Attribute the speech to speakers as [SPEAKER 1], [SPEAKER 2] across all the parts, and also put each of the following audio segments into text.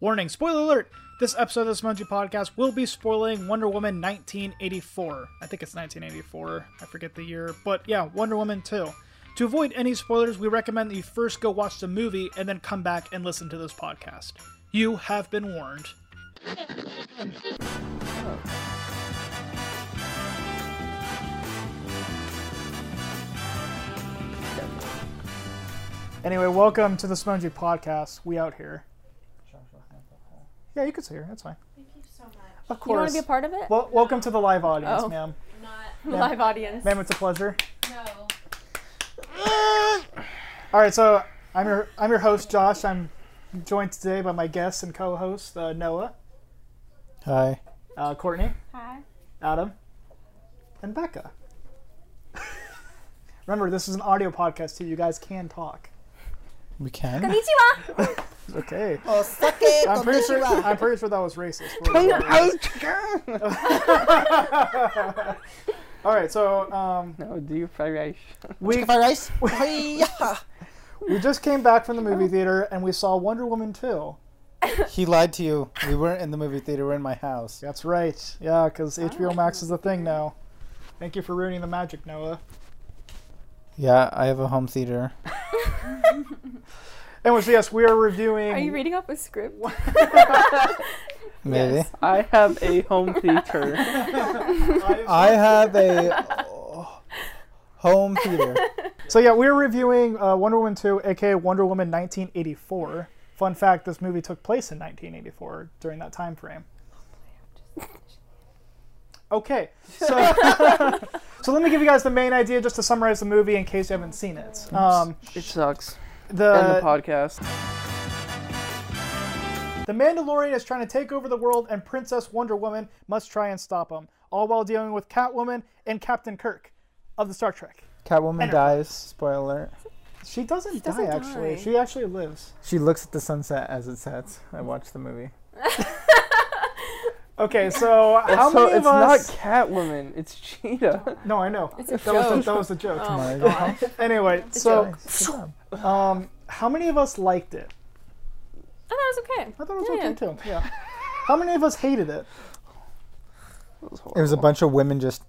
[SPEAKER 1] Warning, spoiler alert! This episode of the Spongy Podcast will be spoiling Wonder Woman 1984. I think it's 1984. I forget the year. But yeah, Wonder Woman 2. To avoid any spoilers, we recommend that you first go watch the movie and then come back and listen to this podcast. You have been warned. Anyway, welcome to the Spongy Podcast. We out here. Yeah, you can see her. That's fine.
[SPEAKER 2] Thank you so much.
[SPEAKER 1] Of
[SPEAKER 3] You want
[SPEAKER 1] course.
[SPEAKER 3] to be a part of it?
[SPEAKER 1] Wel- welcome to the live audience,
[SPEAKER 3] Oh.
[SPEAKER 1] ma'am.
[SPEAKER 2] Not
[SPEAKER 3] Live audience.
[SPEAKER 1] Ma'am, it's a pleasure.
[SPEAKER 2] no.
[SPEAKER 1] All right, so I'm your I'm your host, Josh. I'm joined today by my guest and co-host, uh, Noah. Hi. Uh, Courtney,
[SPEAKER 3] Hi.
[SPEAKER 1] Adam, and Becca. Remember, this is an audio podcast, too. You guys can talk.
[SPEAKER 4] We can.
[SPEAKER 3] Konnichiwa.
[SPEAKER 1] Okay.
[SPEAKER 3] Oh,
[SPEAKER 4] Suck it.
[SPEAKER 1] I'm pretty sure I'm pretty sure that was racist. All right, so um,
[SPEAKER 5] No, do you fry rice?
[SPEAKER 1] we
[SPEAKER 4] rice. Hi-yah.
[SPEAKER 1] we just came back from the
[SPEAKER 3] Oh.
[SPEAKER 1] movie theater and we saw Wonder Woman 2.
[SPEAKER 4] he lied to you. We weren't in the movie theater. We're in my house.
[SPEAKER 1] That's right. Yeah, because HBO Max is the thing now. Thank you for ruining the magic, Noah.
[SPEAKER 4] Yeah, I have a home theater.
[SPEAKER 1] Anyways, yes, we are reviewing.
[SPEAKER 3] Are you reading off a script?
[SPEAKER 4] Maybe
[SPEAKER 5] I have a home theater.
[SPEAKER 1] Uh,
[SPEAKER 4] I have a oh, home theater.
[SPEAKER 1] So yeah, we're reviewing uh, Wonder Woman 2, aka Wonder Woman 1984. Fun fact: This movie took place in 1984 during that time frame. Okay, so so let me give you guys the main idea just to summarize the movie in case you haven't seen it. Um,
[SPEAKER 5] It sucks. and the
[SPEAKER 1] the
[SPEAKER 5] podcast.
[SPEAKER 1] the Mandalorian is trying to take over the world, and Princess Wonder Woman must try and stop him, all while dealing with Catwoman and Captain Kirk of the Star Trek.
[SPEAKER 4] Catwoman dies. Spoiler alert.
[SPEAKER 1] She doesn't,
[SPEAKER 3] doesn't
[SPEAKER 1] die actually.
[SPEAKER 3] die.
[SPEAKER 1] She actually lives.
[SPEAKER 4] She looks at the sunset as it sets. I watched the movie.
[SPEAKER 1] Okay, so how
[SPEAKER 5] so
[SPEAKER 1] many of
[SPEAKER 5] it's
[SPEAKER 1] us?
[SPEAKER 5] not Catwoman, it's Cheetah.
[SPEAKER 1] No, I know.
[SPEAKER 3] It's a
[SPEAKER 1] That was, the,
[SPEAKER 3] joke.
[SPEAKER 1] that was the joke.
[SPEAKER 3] Oh my
[SPEAKER 4] Alright.
[SPEAKER 3] god.
[SPEAKER 1] Anyway,
[SPEAKER 3] a
[SPEAKER 1] so
[SPEAKER 3] joke.
[SPEAKER 4] Nice. Good job.
[SPEAKER 1] um, how many of us liked it?
[SPEAKER 3] Oh, that was okay.
[SPEAKER 1] I thought it was
[SPEAKER 3] Yeah.
[SPEAKER 1] okay too. Yeah. How many of us hated it?
[SPEAKER 5] It
[SPEAKER 4] It was
[SPEAKER 5] was
[SPEAKER 4] a
[SPEAKER 5] horrible.
[SPEAKER 4] bunch of women just.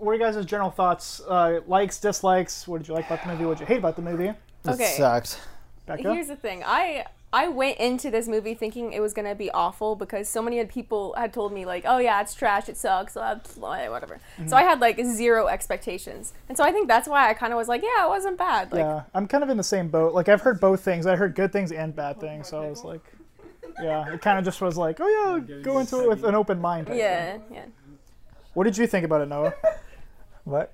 [SPEAKER 1] What are you guys' general thoughts? Uh, likes, dislikes. What did you like about the movie? What did you hate about the movie?
[SPEAKER 3] Okay.
[SPEAKER 4] It sucked.
[SPEAKER 1] Becca.
[SPEAKER 3] Here's the thing. I I went into this movie thinking it was gonna be awful because so many people had told me like, oh yeah, it's trash, it sucks, uh, whatever. So I
[SPEAKER 4] Mm-hmm.
[SPEAKER 3] had like zero expectations, and so I think that's why I kind of was like, yeah, it wasn't bad. Like,
[SPEAKER 1] yeah, I'm kind of in the same boat. Like I've heard both things. I heard good things and bad things. So I was like, yeah, it kind of just was like, oh yeah, go into it with an open mind.
[SPEAKER 3] yeah, yeah.
[SPEAKER 1] What did you think about it, Noah?
[SPEAKER 4] What?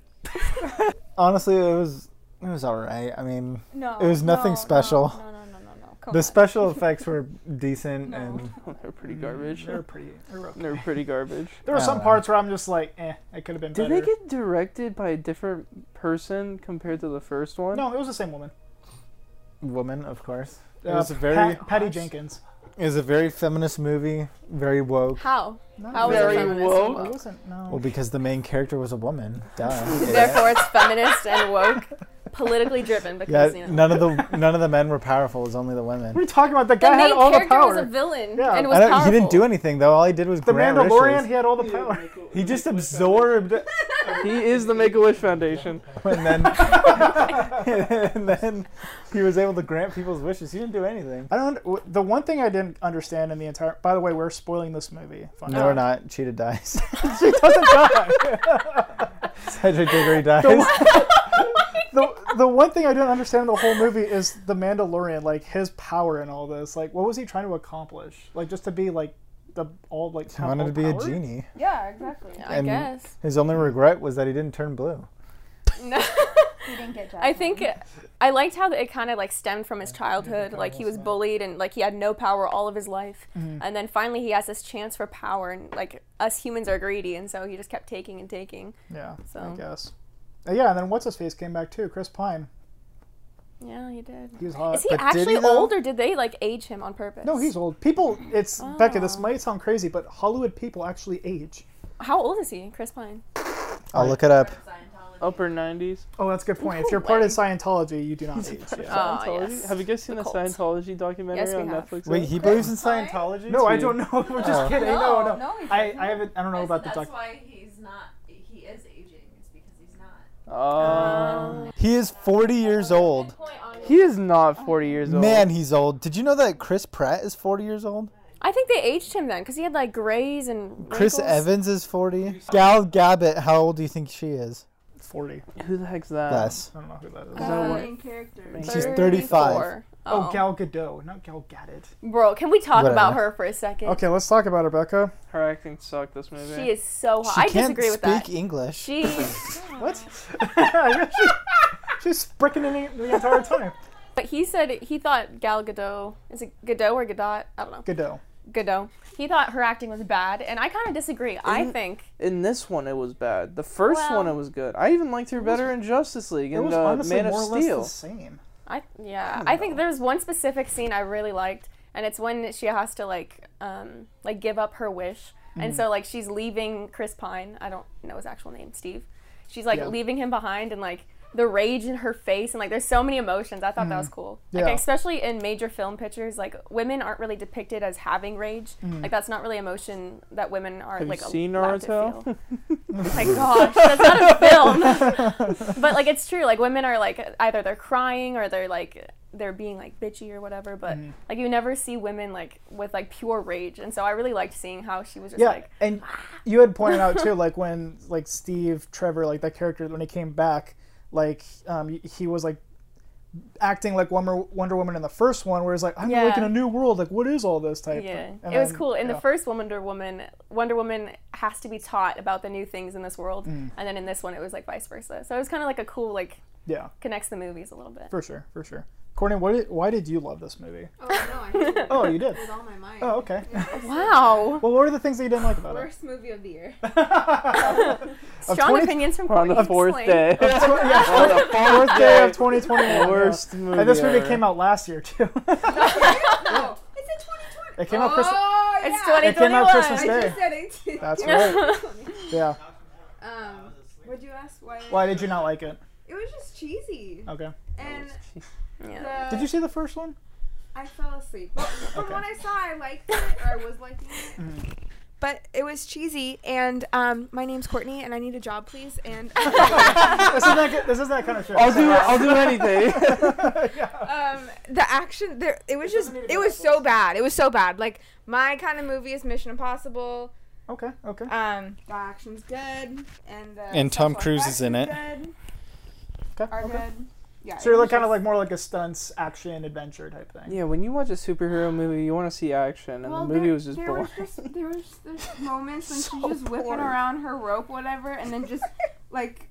[SPEAKER 4] Honestly, it was it was alright. I mean,
[SPEAKER 3] No.
[SPEAKER 4] It was nothing
[SPEAKER 3] no,
[SPEAKER 4] special.
[SPEAKER 3] No, no, no, no, no. no. Come
[SPEAKER 4] the
[SPEAKER 3] on.
[SPEAKER 4] special effects were decent and
[SPEAKER 5] They're pretty garbage.
[SPEAKER 1] They're pretty. They were,
[SPEAKER 5] They're pretty garbage.
[SPEAKER 1] there were
[SPEAKER 4] Oh,
[SPEAKER 1] some
[SPEAKER 4] well.
[SPEAKER 1] parts where I'm just like, eh, it could have been
[SPEAKER 5] Did
[SPEAKER 1] better.
[SPEAKER 5] they get directed by a different person compared to the first one?
[SPEAKER 1] no, it was the same woman.
[SPEAKER 4] woman, of course. It
[SPEAKER 1] Uh,
[SPEAKER 4] was a very
[SPEAKER 1] Pat- Patty Jenkins.
[SPEAKER 4] It was a very feminist movie, very woke.
[SPEAKER 3] How?
[SPEAKER 1] Not
[SPEAKER 3] How was
[SPEAKER 5] Very
[SPEAKER 3] it feminist?
[SPEAKER 5] woke.
[SPEAKER 3] and
[SPEAKER 1] It
[SPEAKER 3] woke?
[SPEAKER 1] wasn't. No.
[SPEAKER 4] Oh. Well, because the main character was a woman. Duh.
[SPEAKER 3] Therefore, it's feminist and woke, politically driven
[SPEAKER 4] Yeah,
[SPEAKER 3] because you know.
[SPEAKER 4] none of the none of the men were powerful. It was only the
[SPEAKER 1] what are
[SPEAKER 4] women.
[SPEAKER 1] you talking about? The
[SPEAKER 3] The
[SPEAKER 1] guy
[SPEAKER 3] main
[SPEAKER 1] had all the
[SPEAKER 3] character
[SPEAKER 1] power.
[SPEAKER 3] was a villain
[SPEAKER 1] Yeah.
[SPEAKER 3] and
[SPEAKER 4] I
[SPEAKER 3] was
[SPEAKER 4] don't,
[SPEAKER 3] powerful.
[SPEAKER 4] he didn't do anything though. All he did was
[SPEAKER 1] the
[SPEAKER 4] grant
[SPEAKER 1] Mandalorian.
[SPEAKER 4] wishes.
[SPEAKER 1] He had all the power.
[SPEAKER 4] He just absorbed,
[SPEAKER 5] He is the Make a Wish Foundation.
[SPEAKER 4] and then and then he was able to grant people's wishes. He didn't do anything.
[SPEAKER 1] I don't. w- The one thing I didn't understand in the entire. By the way, we're spoiling this movie. Fun
[SPEAKER 4] No,
[SPEAKER 1] fact.
[SPEAKER 4] we're not. Cheetah dies.
[SPEAKER 1] she doesn't die.
[SPEAKER 4] Cedric Diggory dies.
[SPEAKER 1] the the one thing I didn't understand in the whole movie is the Mandalorian, like his power in all this. Like, what was he trying to accomplish? Like, just to be like the all like
[SPEAKER 4] He wanted to be a genie.
[SPEAKER 2] Yeah, exactly.
[SPEAKER 3] I
[SPEAKER 4] And-
[SPEAKER 3] guess.
[SPEAKER 4] His only regret was that he didn't turn blue.
[SPEAKER 3] No.
[SPEAKER 2] You didn't get
[SPEAKER 3] I think I liked how it kind of like stemmed from his childhood. Like he was bullied and like he had no power all of his life,
[SPEAKER 4] Mm-hmm.
[SPEAKER 3] and then finally he has this chance for power. And like us humans are greedy, and so he just kept taking and taking.
[SPEAKER 1] Yeah, I
[SPEAKER 3] So.
[SPEAKER 1] guess. Uh, yeah, and then what's his face came back too. Chris Pine.
[SPEAKER 3] Yeah, he did.
[SPEAKER 1] He was hot.
[SPEAKER 3] Is he
[SPEAKER 4] Uh, But did
[SPEAKER 3] actually
[SPEAKER 4] he, though?
[SPEAKER 3] old, or did they like age him on purpose?
[SPEAKER 1] no, he's old. People, it's Becca. This might sound crazy, but Hollywood people actually age.
[SPEAKER 3] How old is he, Chris Pine?
[SPEAKER 4] I'll look it up.
[SPEAKER 2] Scientology.
[SPEAKER 5] upper 90s.
[SPEAKER 1] Oh, that's a good point. If you're
[SPEAKER 3] No
[SPEAKER 1] part of
[SPEAKER 3] way.
[SPEAKER 1] Scientology, you do not age. Yeah.
[SPEAKER 3] Ah,
[SPEAKER 5] Scientology?
[SPEAKER 3] yes.
[SPEAKER 5] Have you guys seen
[SPEAKER 3] The
[SPEAKER 5] the,
[SPEAKER 3] cult.
[SPEAKER 5] Scientology documentary
[SPEAKER 3] Yes, we
[SPEAKER 5] on
[SPEAKER 3] have.
[SPEAKER 5] Netflix?
[SPEAKER 4] Wait, he believes in
[SPEAKER 3] Sorry?
[SPEAKER 4] Scientology?
[SPEAKER 1] No, I
[SPEAKER 5] Dude.
[SPEAKER 1] don't know. We're just
[SPEAKER 4] Oh.
[SPEAKER 1] kidding. No, no.
[SPEAKER 3] no, he's
[SPEAKER 1] I,
[SPEAKER 3] not.
[SPEAKER 1] I haven't. I don't know about the
[SPEAKER 6] that's
[SPEAKER 1] doc.
[SPEAKER 6] why he's not. He is aging. It's because he's not.
[SPEAKER 5] Uh,
[SPEAKER 4] He is 40 years old.
[SPEAKER 5] he is not 40 years old.
[SPEAKER 4] Man, he's old. Did you know that Chris Pratt is 40 years old?
[SPEAKER 3] I think they aged him then because he had like grays and
[SPEAKER 4] Chris
[SPEAKER 3] wrinkles.
[SPEAKER 4] Evans is 40. Gal Gabbett, how old do you think she is?
[SPEAKER 1] Forty.
[SPEAKER 5] Who the heck's that?
[SPEAKER 4] Less.
[SPEAKER 1] I don't know who that is.
[SPEAKER 5] Is
[SPEAKER 2] Oh,
[SPEAKER 5] that what-
[SPEAKER 6] Main character.
[SPEAKER 4] She's 35.
[SPEAKER 3] 34.
[SPEAKER 1] oh.
[SPEAKER 3] Oh,
[SPEAKER 1] Gal Gadot, not Gal Gadot.
[SPEAKER 3] bro, can we talk about
[SPEAKER 4] Whatever.
[SPEAKER 3] her for a second?
[SPEAKER 1] Okay, let's talk about her, Becca.
[SPEAKER 5] Her acting sucked this movie.
[SPEAKER 3] She is so hot.
[SPEAKER 4] She
[SPEAKER 3] I
[SPEAKER 4] can't
[SPEAKER 3] disagree with
[SPEAKER 4] speak
[SPEAKER 3] that.
[SPEAKER 5] e-
[SPEAKER 4] English.
[SPEAKER 3] She
[SPEAKER 1] What? She- She's spricking in the entire time.
[SPEAKER 3] But he said he thought Gal Gadot is it Gadot or Gadot? I don't know.
[SPEAKER 1] Gadot.
[SPEAKER 3] Gadot. He thought her acting was bad, and I kind of disagree. I
[SPEAKER 5] Isn't-
[SPEAKER 3] think
[SPEAKER 5] In this one, it was bad. The first
[SPEAKER 3] Well-
[SPEAKER 5] one, it was good. I even liked her better in Justice League
[SPEAKER 1] It
[SPEAKER 5] and
[SPEAKER 1] was
[SPEAKER 5] uh,
[SPEAKER 1] honestly
[SPEAKER 5] Man of
[SPEAKER 1] more or less
[SPEAKER 5] Steel.
[SPEAKER 1] the same.
[SPEAKER 3] I yeah. I think there's one specific scene I really liked, and it's when she has to like um like give up her wish, and
[SPEAKER 1] Mm.
[SPEAKER 3] so like she's leaving Chris Pine. I don't know his actual name, Steve. She's like
[SPEAKER 1] Yeah.
[SPEAKER 3] leaving him behind, and like the rage in her face, and like there's so many emotions. I thought that was cool.
[SPEAKER 1] Mm. Yeah.
[SPEAKER 3] Like especially in major film pictures, like women aren't really depicted as having rage.
[SPEAKER 1] Mm.
[SPEAKER 3] Like that's not really emotion that women are
[SPEAKER 5] Have you
[SPEAKER 3] like
[SPEAKER 5] seen
[SPEAKER 3] allowed to
[SPEAKER 5] Naruto?
[SPEAKER 3] feel. My gosh, that's not a film. but like it's true. Like women are like either they're crying or they're like they're being like bitchy or whatever. But
[SPEAKER 1] Mm-hmm.
[SPEAKER 3] like you never see women like with like pure rage. And so I really liked seeing how she was just
[SPEAKER 1] Yeah,
[SPEAKER 3] like ah.
[SPEAKER 1] and you had pointed out too, like when like Steve Trevor, like that character, when he came back, like um, he was like acting like Wonder, Wonder Woman in the first one, where he's like, "I'm
[SPEAKER 3] Yeah.
[SPEAKER 1] like in a new world. Like, what is all this type?"
[SPEAKER 3] yeah.
[SPEAKER 1] And
[SPEAKER 3] it was
[SPEAKER 1] then-
[SPEAKER 3] cool. In
[SPEAKER 1] yeah.
[SPEAKER 3] the first Wonder Woman, Wonder Woman has to be taught about the new things in this world,
[SPEAKER 1] Mm.
[SPEAKER 3] and then in this one it was like vice versa. So it was kind of like a cool like
[SPEAKER 1] Yeah,
[SPEAKER 3] connects the movies a little bit.
[SPEAKER 1] for sure, for sure. Courtney, what did, why did you love this movie?
[SPEAKER 6] Oh no, I hated it
[SPEAKER 1] Oh, you did.
[SPEAKER 6] with all my mind.
[SPEAKER 1] Oh, okay.
[SPEAKER 3] Wow,
[SPEAKER 1] Well, what are the things that you didn't like about it?
[SPEAKER 6] Worst movie of the year.
[SPEAKER 3] strong
[SPEAKER 1] 20
[SPEAKER 3] opinions from
[SPEAKER 5] We're on the
[SPEAKER 3] Courtney.
[SPEAKER 5] fourth
[SPEAKER 3] Slay.
[SPEAKER 5] day.
[SPEAKER 1] Tw- yeah, fourth day of 2021.
[SPEAKER 5] Worst movie.
[SPEAKER 1] And this movie
[SPEAKER 5] ever.
[SPEAKER 1] came out last year too.
[SPEAKER 6] No, it's in 2020.
[SPEAKER 1] it came out Christmas.
[SPEAKER 6] Oh yeah.
[SPEAKER 3] It's
[SPEAKER 1] It came out
[SPEAKER 3] 2021.
[SPEAKER 1] Christmas
[SPEAKER 6] I
[SPEAKER 1] Day.
[SPEAKER 6] just said 18.
[SPEAKER 1] That's right. Yeah.
[SPEAKER 6] Um, would you ask why?
[SPEAKER 1] Why did you not like it?
[SPEAKER 6] It was just cheesy.
[SPEAKER 1] Okay.
[SPEAKER 6] And
[SPEAKER 3] Yeah.
[SPEAKER 6] the,
[SPEAKER 1] Did you see the first one?
[SPEAKER 6] I fell asleep. But from
[SPEAKER 1] Okay. Mm-hmm.
[SPEAKER 6] what I saw, I liked it, or I was liking it. But it was cheesy, and um, my name's Courtney, and I need a job, please. And
[SPEAKER 1] This is that. This is that kind of show.
[SPEAKER 5] I'll do. I'll do anything.
[SPEAKER 6] um, the action there, it was just, it was so bad. It was so bad. Like my kind of movie is Mission Impossible.
[SPEAKER 1] Okay. Okay.
[SPEAKER 6] Um, the action's good, and the
[SPEAKER 4] And Tom
[SPEAKER 6] special
[SPEAKER 4] Cruise is in
[SPEAKER 6] effects
[SPEAKER 1] Okay.
[SPEAKER 6] Are
[SPEAKER 1] okay.
[SPEAKER 6] good. Yeah.
[SPEAKER 1] So
[SPEAKER 6] it
[SPEAKER 1] you're
[SPEAKER 6] was
[SPEAKER 1] like kind of
[SPEAKER 6] just-
[SPEAKER 1] like more like a stunts, action, adventure type thing.
[SPEAKER 5] yeah, when you watch a superhero movie, you want to see action, and
[SPEAKER 6] Well,
[SPEAKER 5] the movie
[SPEAKER 6] there-
[SPEAKER 5] was just
[SPEAKER 6] there
[SPEAKER 5] boring.
[SPEAKER 6] just, there was just moments when she's just whipping around her rope, whatever, and then just like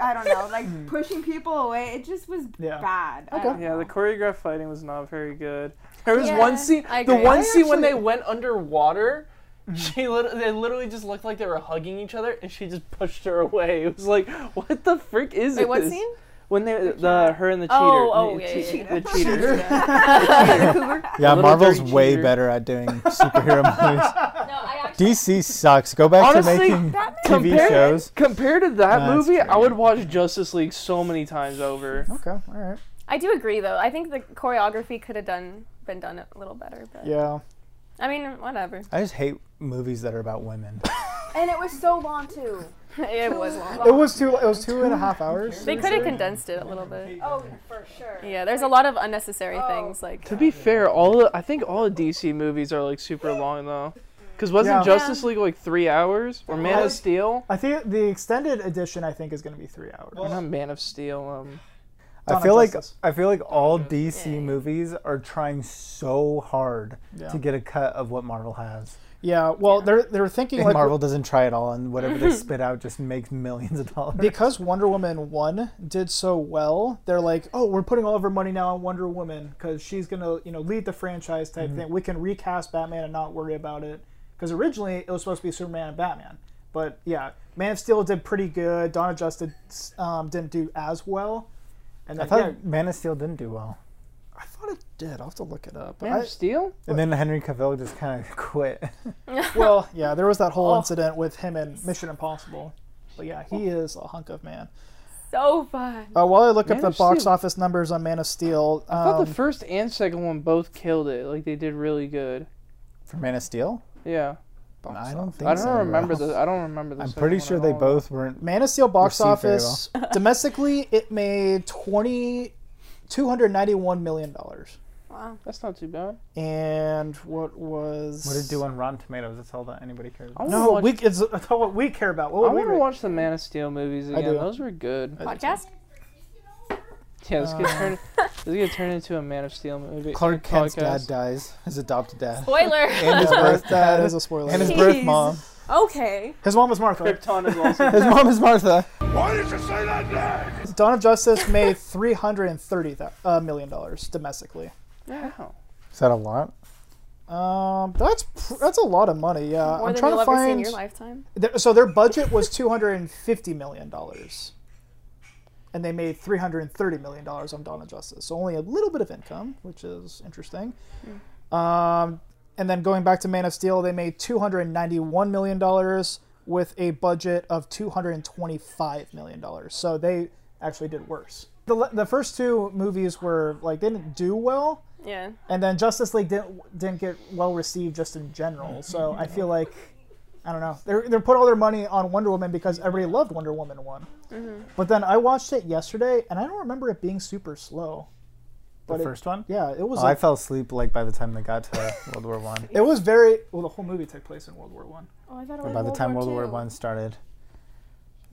[SPEAKER 6] I don't know, like pushing people away. It just was
[SPEAKER 1] Hmm. Yeah.
[SPEAKER 6] bad. I
[SPEAKER 1] Okay.
[SPEAKER 6] don't
[SPEAKER 5] Yeah,
[SPEAKER 6] know.
[SPEAKER 5] the choreographed fighting was not very good. There was
[SPEAKER 3] Yeah,
[SPEAKER 5] one scene,
[SPEAKER 3] I
[SPEAKER 5] the
[SPEAKER 3] agree.
[SPEAKER 5] one
[SPEAKER 3] I
[SPEAKER 5] scene when they
[SPEAKER 1] actually-
[SPEAKER 5] went underwater.
[SPEAKER 1] Mm-hmm.
[SPEAKER 5] She lit- they literally just looked like they were hugging each other, and she just pushed her away. It was like, what the frick is
[SPEAKER 3] Wait, what
[SPEAKER 5] this?
[SPEAKER 3] scene?
[SPEAKER 5] When they the her and the cheater,
[SPEAKER 3] Oh, oh,
[SPEAKER 5] the,
[SPEAKER 3] yeah, yeah, yeah.
[SPEAKER 5] the cheater.
[SPEAKER 4] Yeah,
[SPEAKER 5] Little
[SPEAKER 4] Marvel's
[SPEAKER 5] dirty
[SPEAKER 4] way
[SPEAKER 5] cheater.
[SPEAKER 4] better at doing superhero movies.
[SPEAKER 3] No, I actually
[SPEAKER 4] DC sucks. Go back
[SPEAKER 5] Honestly,
[SPEAKER 4] to making
[SPEAKER 5] Batman-
[SPEAKER 4] TV
[SPEAKER 5] compared-
[SPEAKER 4] shows.
[SPEAKER 5] Compared to that
[SPEAKER 4] That's
[SPEAKER 5] movie, I
[SPEAKER 4] true.
[SPEAKER 5] would watch Justice League so many times over.
[SPEAKER 1] Okay. All right.
[SPEAKER 3] I do agree though. I think the choreography could have done been done a little better, but
[SPEAKER 1] Yeah.
[SPEAKER 3] I mean, whatever.
[SPEAKER 4] I just hate movies that are about women.
[SPEAKER 6] And it was so long too.
[SPEAKER 3] it was long.
[SPEAKER 1] It was two. It was two and a half hours.
[SPEAKER 3] They could have condensed it a little bit.
[SPEAKER 6] Oh, for sure.
[SPEAKER 3] Yeah, there's a lot of unnecessary
[SPEAKER 6] Oh.
[SPEAKER 3] things like
[SPEAKER 5] To be fair, all of, I think all of DC movies are like super long though. Because wasn't
[SPEAKER 1] Yeah.
[SPEAKER 5] Justice League like three hours? Or Man
[SPEAKER 1] Like-
[SPEAKER 5] of Steel?
[SPEAKER 1] I think the extended edition. I think is going to be three hours.
[SPEAKER 5] Or not Man of Steel. Um,
[SPEAKER 1] Dawn
[SPEAKER 4] I
[SPEAKER 1] of
[SPEAKER 4] feel like
[SPEAKER 1] Justice.
[SPEAKER 4] I feel like all DC movies are trying so hard
[SPEAKER 1] Yeah.
[SPEAKER 4] to get a cut of what Marvel has.
[SPEAKER 1] yeah. Well, they're they're thinking
[SPEAKER 4] And
[SPEAKER 1] like
[SPEAKER 4] Marvel doesn't try at all, and whatever they spit out just makes millions of dollars.
[SPEAKER 1] because Wonder Woman one did so well, they're like, oh, we're putting all of our money now on Wonder Woman because she's gonna, you know, lead the franchise type thing. We can recast Batman and not worry about it because originally it was supposed to be Superman and Batman. But yeah, Man of Steel did pretty good. Dawn of Justice um, didn't do as well. And
[SPEAKER 4] I
[SPEAKER 1] then,
[SPEAKER 4] thought
[SPEAKER 1] yeah,
[SPEAKER 4] Man of Steel didn't do well,
[SPEAKER 1] I thought it did. I'll have to look it up.
[SPEAKER 5] Man
[SPEAKER 1] I-
[SPEAKER 5] of Steel?
[SPEAKER 4] and then Henry Cavill just kind of quit.
[SPEAKER 1] Oh. well, yeah, there was that whole incident with him and Mission Impossible. But yeah, he is a hunk of man.
[SPEAKER 3] So fun.
[SPEAKER 1] Uh, while I look
[SPEAKER 5] Man
[SPEAKER 1] up the
[SPEAKER 5] of
[SPEAKER 1] box
[SPEAKER 5] Steel.
[SPEAKER 1] office numbers on Man of Steel,
[SPEAKER 5] I thought
[SPEAKER 1] um,
[SPEAKER 5] the first and second one both killed it. Like they did really good.
[SPEAKER 4] For Man of Steel?
[SPEAKER 5] Yeah.
[SPEAKER 4] I don't think
[SPEAKER 5] I
[SPEAKER 4] so,
[SPEAKER 5] don't remember
[SPEAKER 4] bro.
[SPEAKER 5] the. I don't remember the.
[SPEAKER 4] I'm
[SPEAKER 5] second
[SPEAKER 4] pretty
[SPEAKER 5] one
[SPEAKER 4] sure
[SPEAKER 5] at
[SPEAKER 4] they
[SPEAKER 5] all.
[SPEAKER 4] both weren't.
[SPEAKER 1] Man of Steel box
[SPEAKER 4] Received very
[SPEAKER 1] office domestically it made 20 291 million dollars.
[SPEAKER 6] Wow.
[SPEAKER 5] That's not too bad.
[SPEAKER 1] And what was
[SPEAKER 4] What did it do on Rotten Tomatoes? That's all that anybody cares
[SPEAKER 5] I
[SPEAKER 4] about.
[SPEAKER 5] wanna
[SPEAKER 1] No,
[SPEAKER 5] watch,
[SPEAKER 1] we it's that's what we care about.
[SPEAKER 5] I
[SPEAKER 1] What would we
[SPEAKER 5] want to
[SPEAKER 1] rate?
[SPEAKER 5] watch the Man of Steel movies
[SPEAKER 1] I
[SPEAKER 5] again.
[SPEAKER 1] do.
[SPEAKER 5] Those were good.
[SPEAKER 4] Uh,
[SPEAKER 3] Podcast?
[SPEAKER 5] Yeah, this could
[SPEAKER 1] Uh,
[SPEAKER 5] turn. This could turn into a Man of Steel movie.
[SPEAKER 4] Clark Kent's dad
[SPEAKER 5] podcast.
[SPEAKER 4] dies. His adopted dad.
[SPEAKER 3] Spoiler.
[SPEAKER 4] And his birth
[SPEAKER 1] that
[SPEAKER 4] dad.
[SPEAKER 1] is a spoiler.
[SPEAKER 4] And his
[SPEAKER 3] Jeez.
[SPEAKER 4] birth mom.
[SPEAKER 3] okay.
[SPEAKER 1] His mom was Martha.
[SPEAKER 5] Krypton is also.
[SPEAKER 4] His mom is Martha.
[SPEAKER 1] Dawn of Justice made 330 thou- uh, million dollars domestically.
[SPEAKER 5] Wow.
[SPEAKER 4] Is that a lot?
[SPEAKER 1] Um, that's pr- that's a lot of money. Yeah,
[SPEAKER 3] More
[SPEAKER 1] I'm
[SPEAKER 3] than
[SPEAKER 1] trying
[SPEAKER 3] you'll
[SPEAKER 1] to
[SPEAKER 3] ever
[SPEAKER 1] find.
[SPEAKER 3] see in your lifetime.
[SPEAKER 1] Their- so their budget was 250 million dollars, and they made 330 million dollars on Dawn of Justice. So only a little bit of income, which is interesting. Um, and then going back to Man of Steel, they made 291 million dollars with a budget of 225 million dollars. So they actually did worse. The, le- the first two movies were like they didn't do well,
[SPEAKER 3] Yeah.
[SPEAKER 1] and then Justice League didn't didn't get well received just in general. So I feel like I don't know. They they put all their money on Wonder Woman because everybody loved Wonder Woman one.
[SPEAKER 6] Mm-hmm.
[SPEAKER 1] But then I watched it yesterday, and I don't remember it being super slow.
[SPEAKER 4] The
[SPEAKER 1] But it-
[SPEAKER 4] first one?
[SPEAKER 1] Yeah, it was.
[SPEAKER 4] Oh, I
[SPEAKER 1] like,
[SPEAKER 4] fell asleep like by the time they got to World War One.
[SPEAKER 1] it was very well. The whole movie took place in World War One.
[SPEAKER 3] Oh, I thought
[SPEAKER 4] By the time World War One started.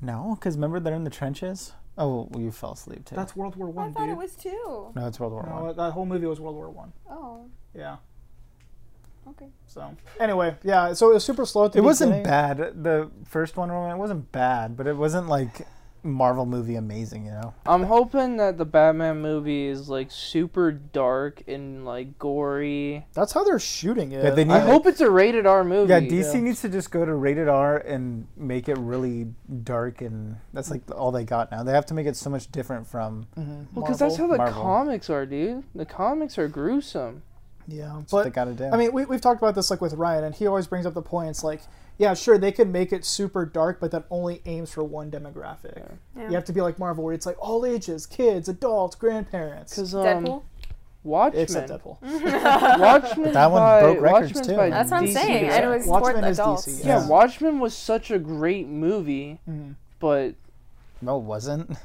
[SPEAKER 4] No, because remember they're in the trenches. Oh, well, you fell asleep too.
[SPEAKER 1] That's World War
[SPEAKER 6] I
[SPEAKER 1] One,
[SPEAKER 6] thought it
[SPEAKER 1] dude.
[SPEAKER 6] was two.
[SPEAKER 4] no, it's World War One.
[SPEAKER 1] No, that whole movie was World War One.
[SPEAKER 6] Oh.
[SPEAKER 1] Yeah.
[SPEAKER 6] Okay.
[SPEAKER 1] So anyway, yeah. So it was super slow. At the
[SPEAKER 4] It wasn't
[SPEAKER 1] beginning.
[SPEAKER 4] bad. The first Wonder Woman, it wasn't bad, but it wasn't like Marvel movie amazing, you know.
[SPEAKER 5] I'm hoping that the Batman movie is like super dark and like gory.
[SPEAKER 1] That's how they're shooting it.
[SPEAKER 4] Yeah, they
[SPEAKER 5] I
[SPEAKER 4] need-
[SPEAKER 5] hope it's a rated R movie.
[SPEAKER 4] Yeah, DC needs to just go to rated R and make it really dark, and that's like all they got now. They have to make it so much different from.
[SPEAKER 1] Mhm,
[SPEAKER 5] Because that's how
[SPEAKER 1] Marvel.
[SPEAKER 5] the
[SPEAKER 4] Marvel.
[SPEAKER 5] comics are, dude. The comics are gruesome.
[SPEAKER 1] Yeah,
[SPEAKER 4] what
[SPEAKER 1] but
[SPEAKER 4] they gotta do.
[SPEAKER 1] I mean, we, we've talked about this like with Ryan, and he always brings up the points like, yeah, sure, they could make it super dark, but that only aims for one demographic.
[SPEAKER 3] Yeah.
[SPEAKER 1] You have to be like Marvel, where it's like all ages, kids, adults, grandparents,
[SPEAKER 5] Because um,
[SPEAKER 3] Deadpool.
[SPEAKER 5] Watchmen.
[SPEAKER 1] except Deadpool.
[SPEAKER 3] Mm.
[SPEAKER 5] Watchmen.
[SPEAKER 4] That one
[SPEAKER 5] by,
[SPEAKER 4] broke records,
[SPEAKER 5] Watchmen's
[SPEAKER 4] too.
[SPEAKER 5] by
[SPEAKER 3] That's what I'm
[SPEAKER 5] DC.
[SPEAKER 3] saying. I know it's
[SPEAKER 1] Watchmen
[SPEAKER 3] toward
[SPEAKER 1] is
[SPEAKER 3] adults.
[SPEAKER 1] DC,
[SPEAKER 5] Yeah,
[SPEAKER 1] Yeah.
[SPEAKER 5] Watchmen was such a great movie,
[SPEAKER 4] Mm-hmm.
[SPEAKER 1] Mhm.
[SPEAKER 5] but
[SPEAKER 4] no, it wasn't.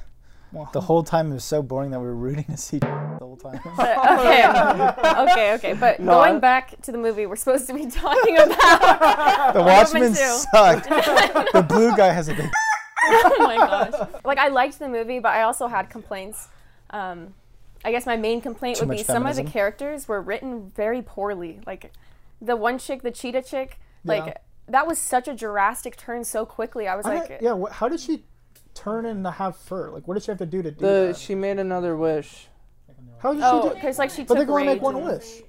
[SPEAKER 1] Well,
[SPEAKER 4] The whole time it was so boring that we were rooting to see the whole time.
[SPEAKER 3] But- okay. okay, okay. But
[SPEAKER 5] No, I-
[SPEAKER 3] going back to the movie we're supposed to be talking about.
[SPEAKER 4] The
[SPEAKER 3] Watchmen
[SPEAKER 4] Watchmen
[SPEAKER 3] too.
[SPEAKER 4] sucked. the blue guy has a big.
[SPEAKER 3] oh my gosh. Like, I liked the movie, but I also had complaints. Um, I guess my main complaint
[SPEAKER 4] Too
[SPEAKER 3] would be
[SPEAKER 4] much
[SPEAKER 3] some of
[SPEAKER 4] feminism.
[SPEAKER 3] the characters were written very poorly. Like, the one chick, the cheetah chick, like,
[SPEAKER 1] Yeah.
[SPEAKER 3] that was such a drastic turn so quickly. I was
[SPEAKER 1] I don't-
[SPEAKER 3] like,
[SPEAKER 1] yeah, wh- how did she turn and have fur? Like, what did she have to do to do
[SPEAKER 5] the
[SPEAKER 1] that?
[SPEAKER 5] she made another wish.
[SPEAKER 1] how did
[SPEAKER 3] oh,
[SPEAKER 1] she do?
[SPEAKER 3] because, like, she
[SPEAKER 1] But
[SPEAKER 3] took
[SPEAKER 1] they're going to make
[SPEAKER 3] raids
[SPEAKER 1] one
[SPEAKER 3] and-
[SPEAKER 1] wish.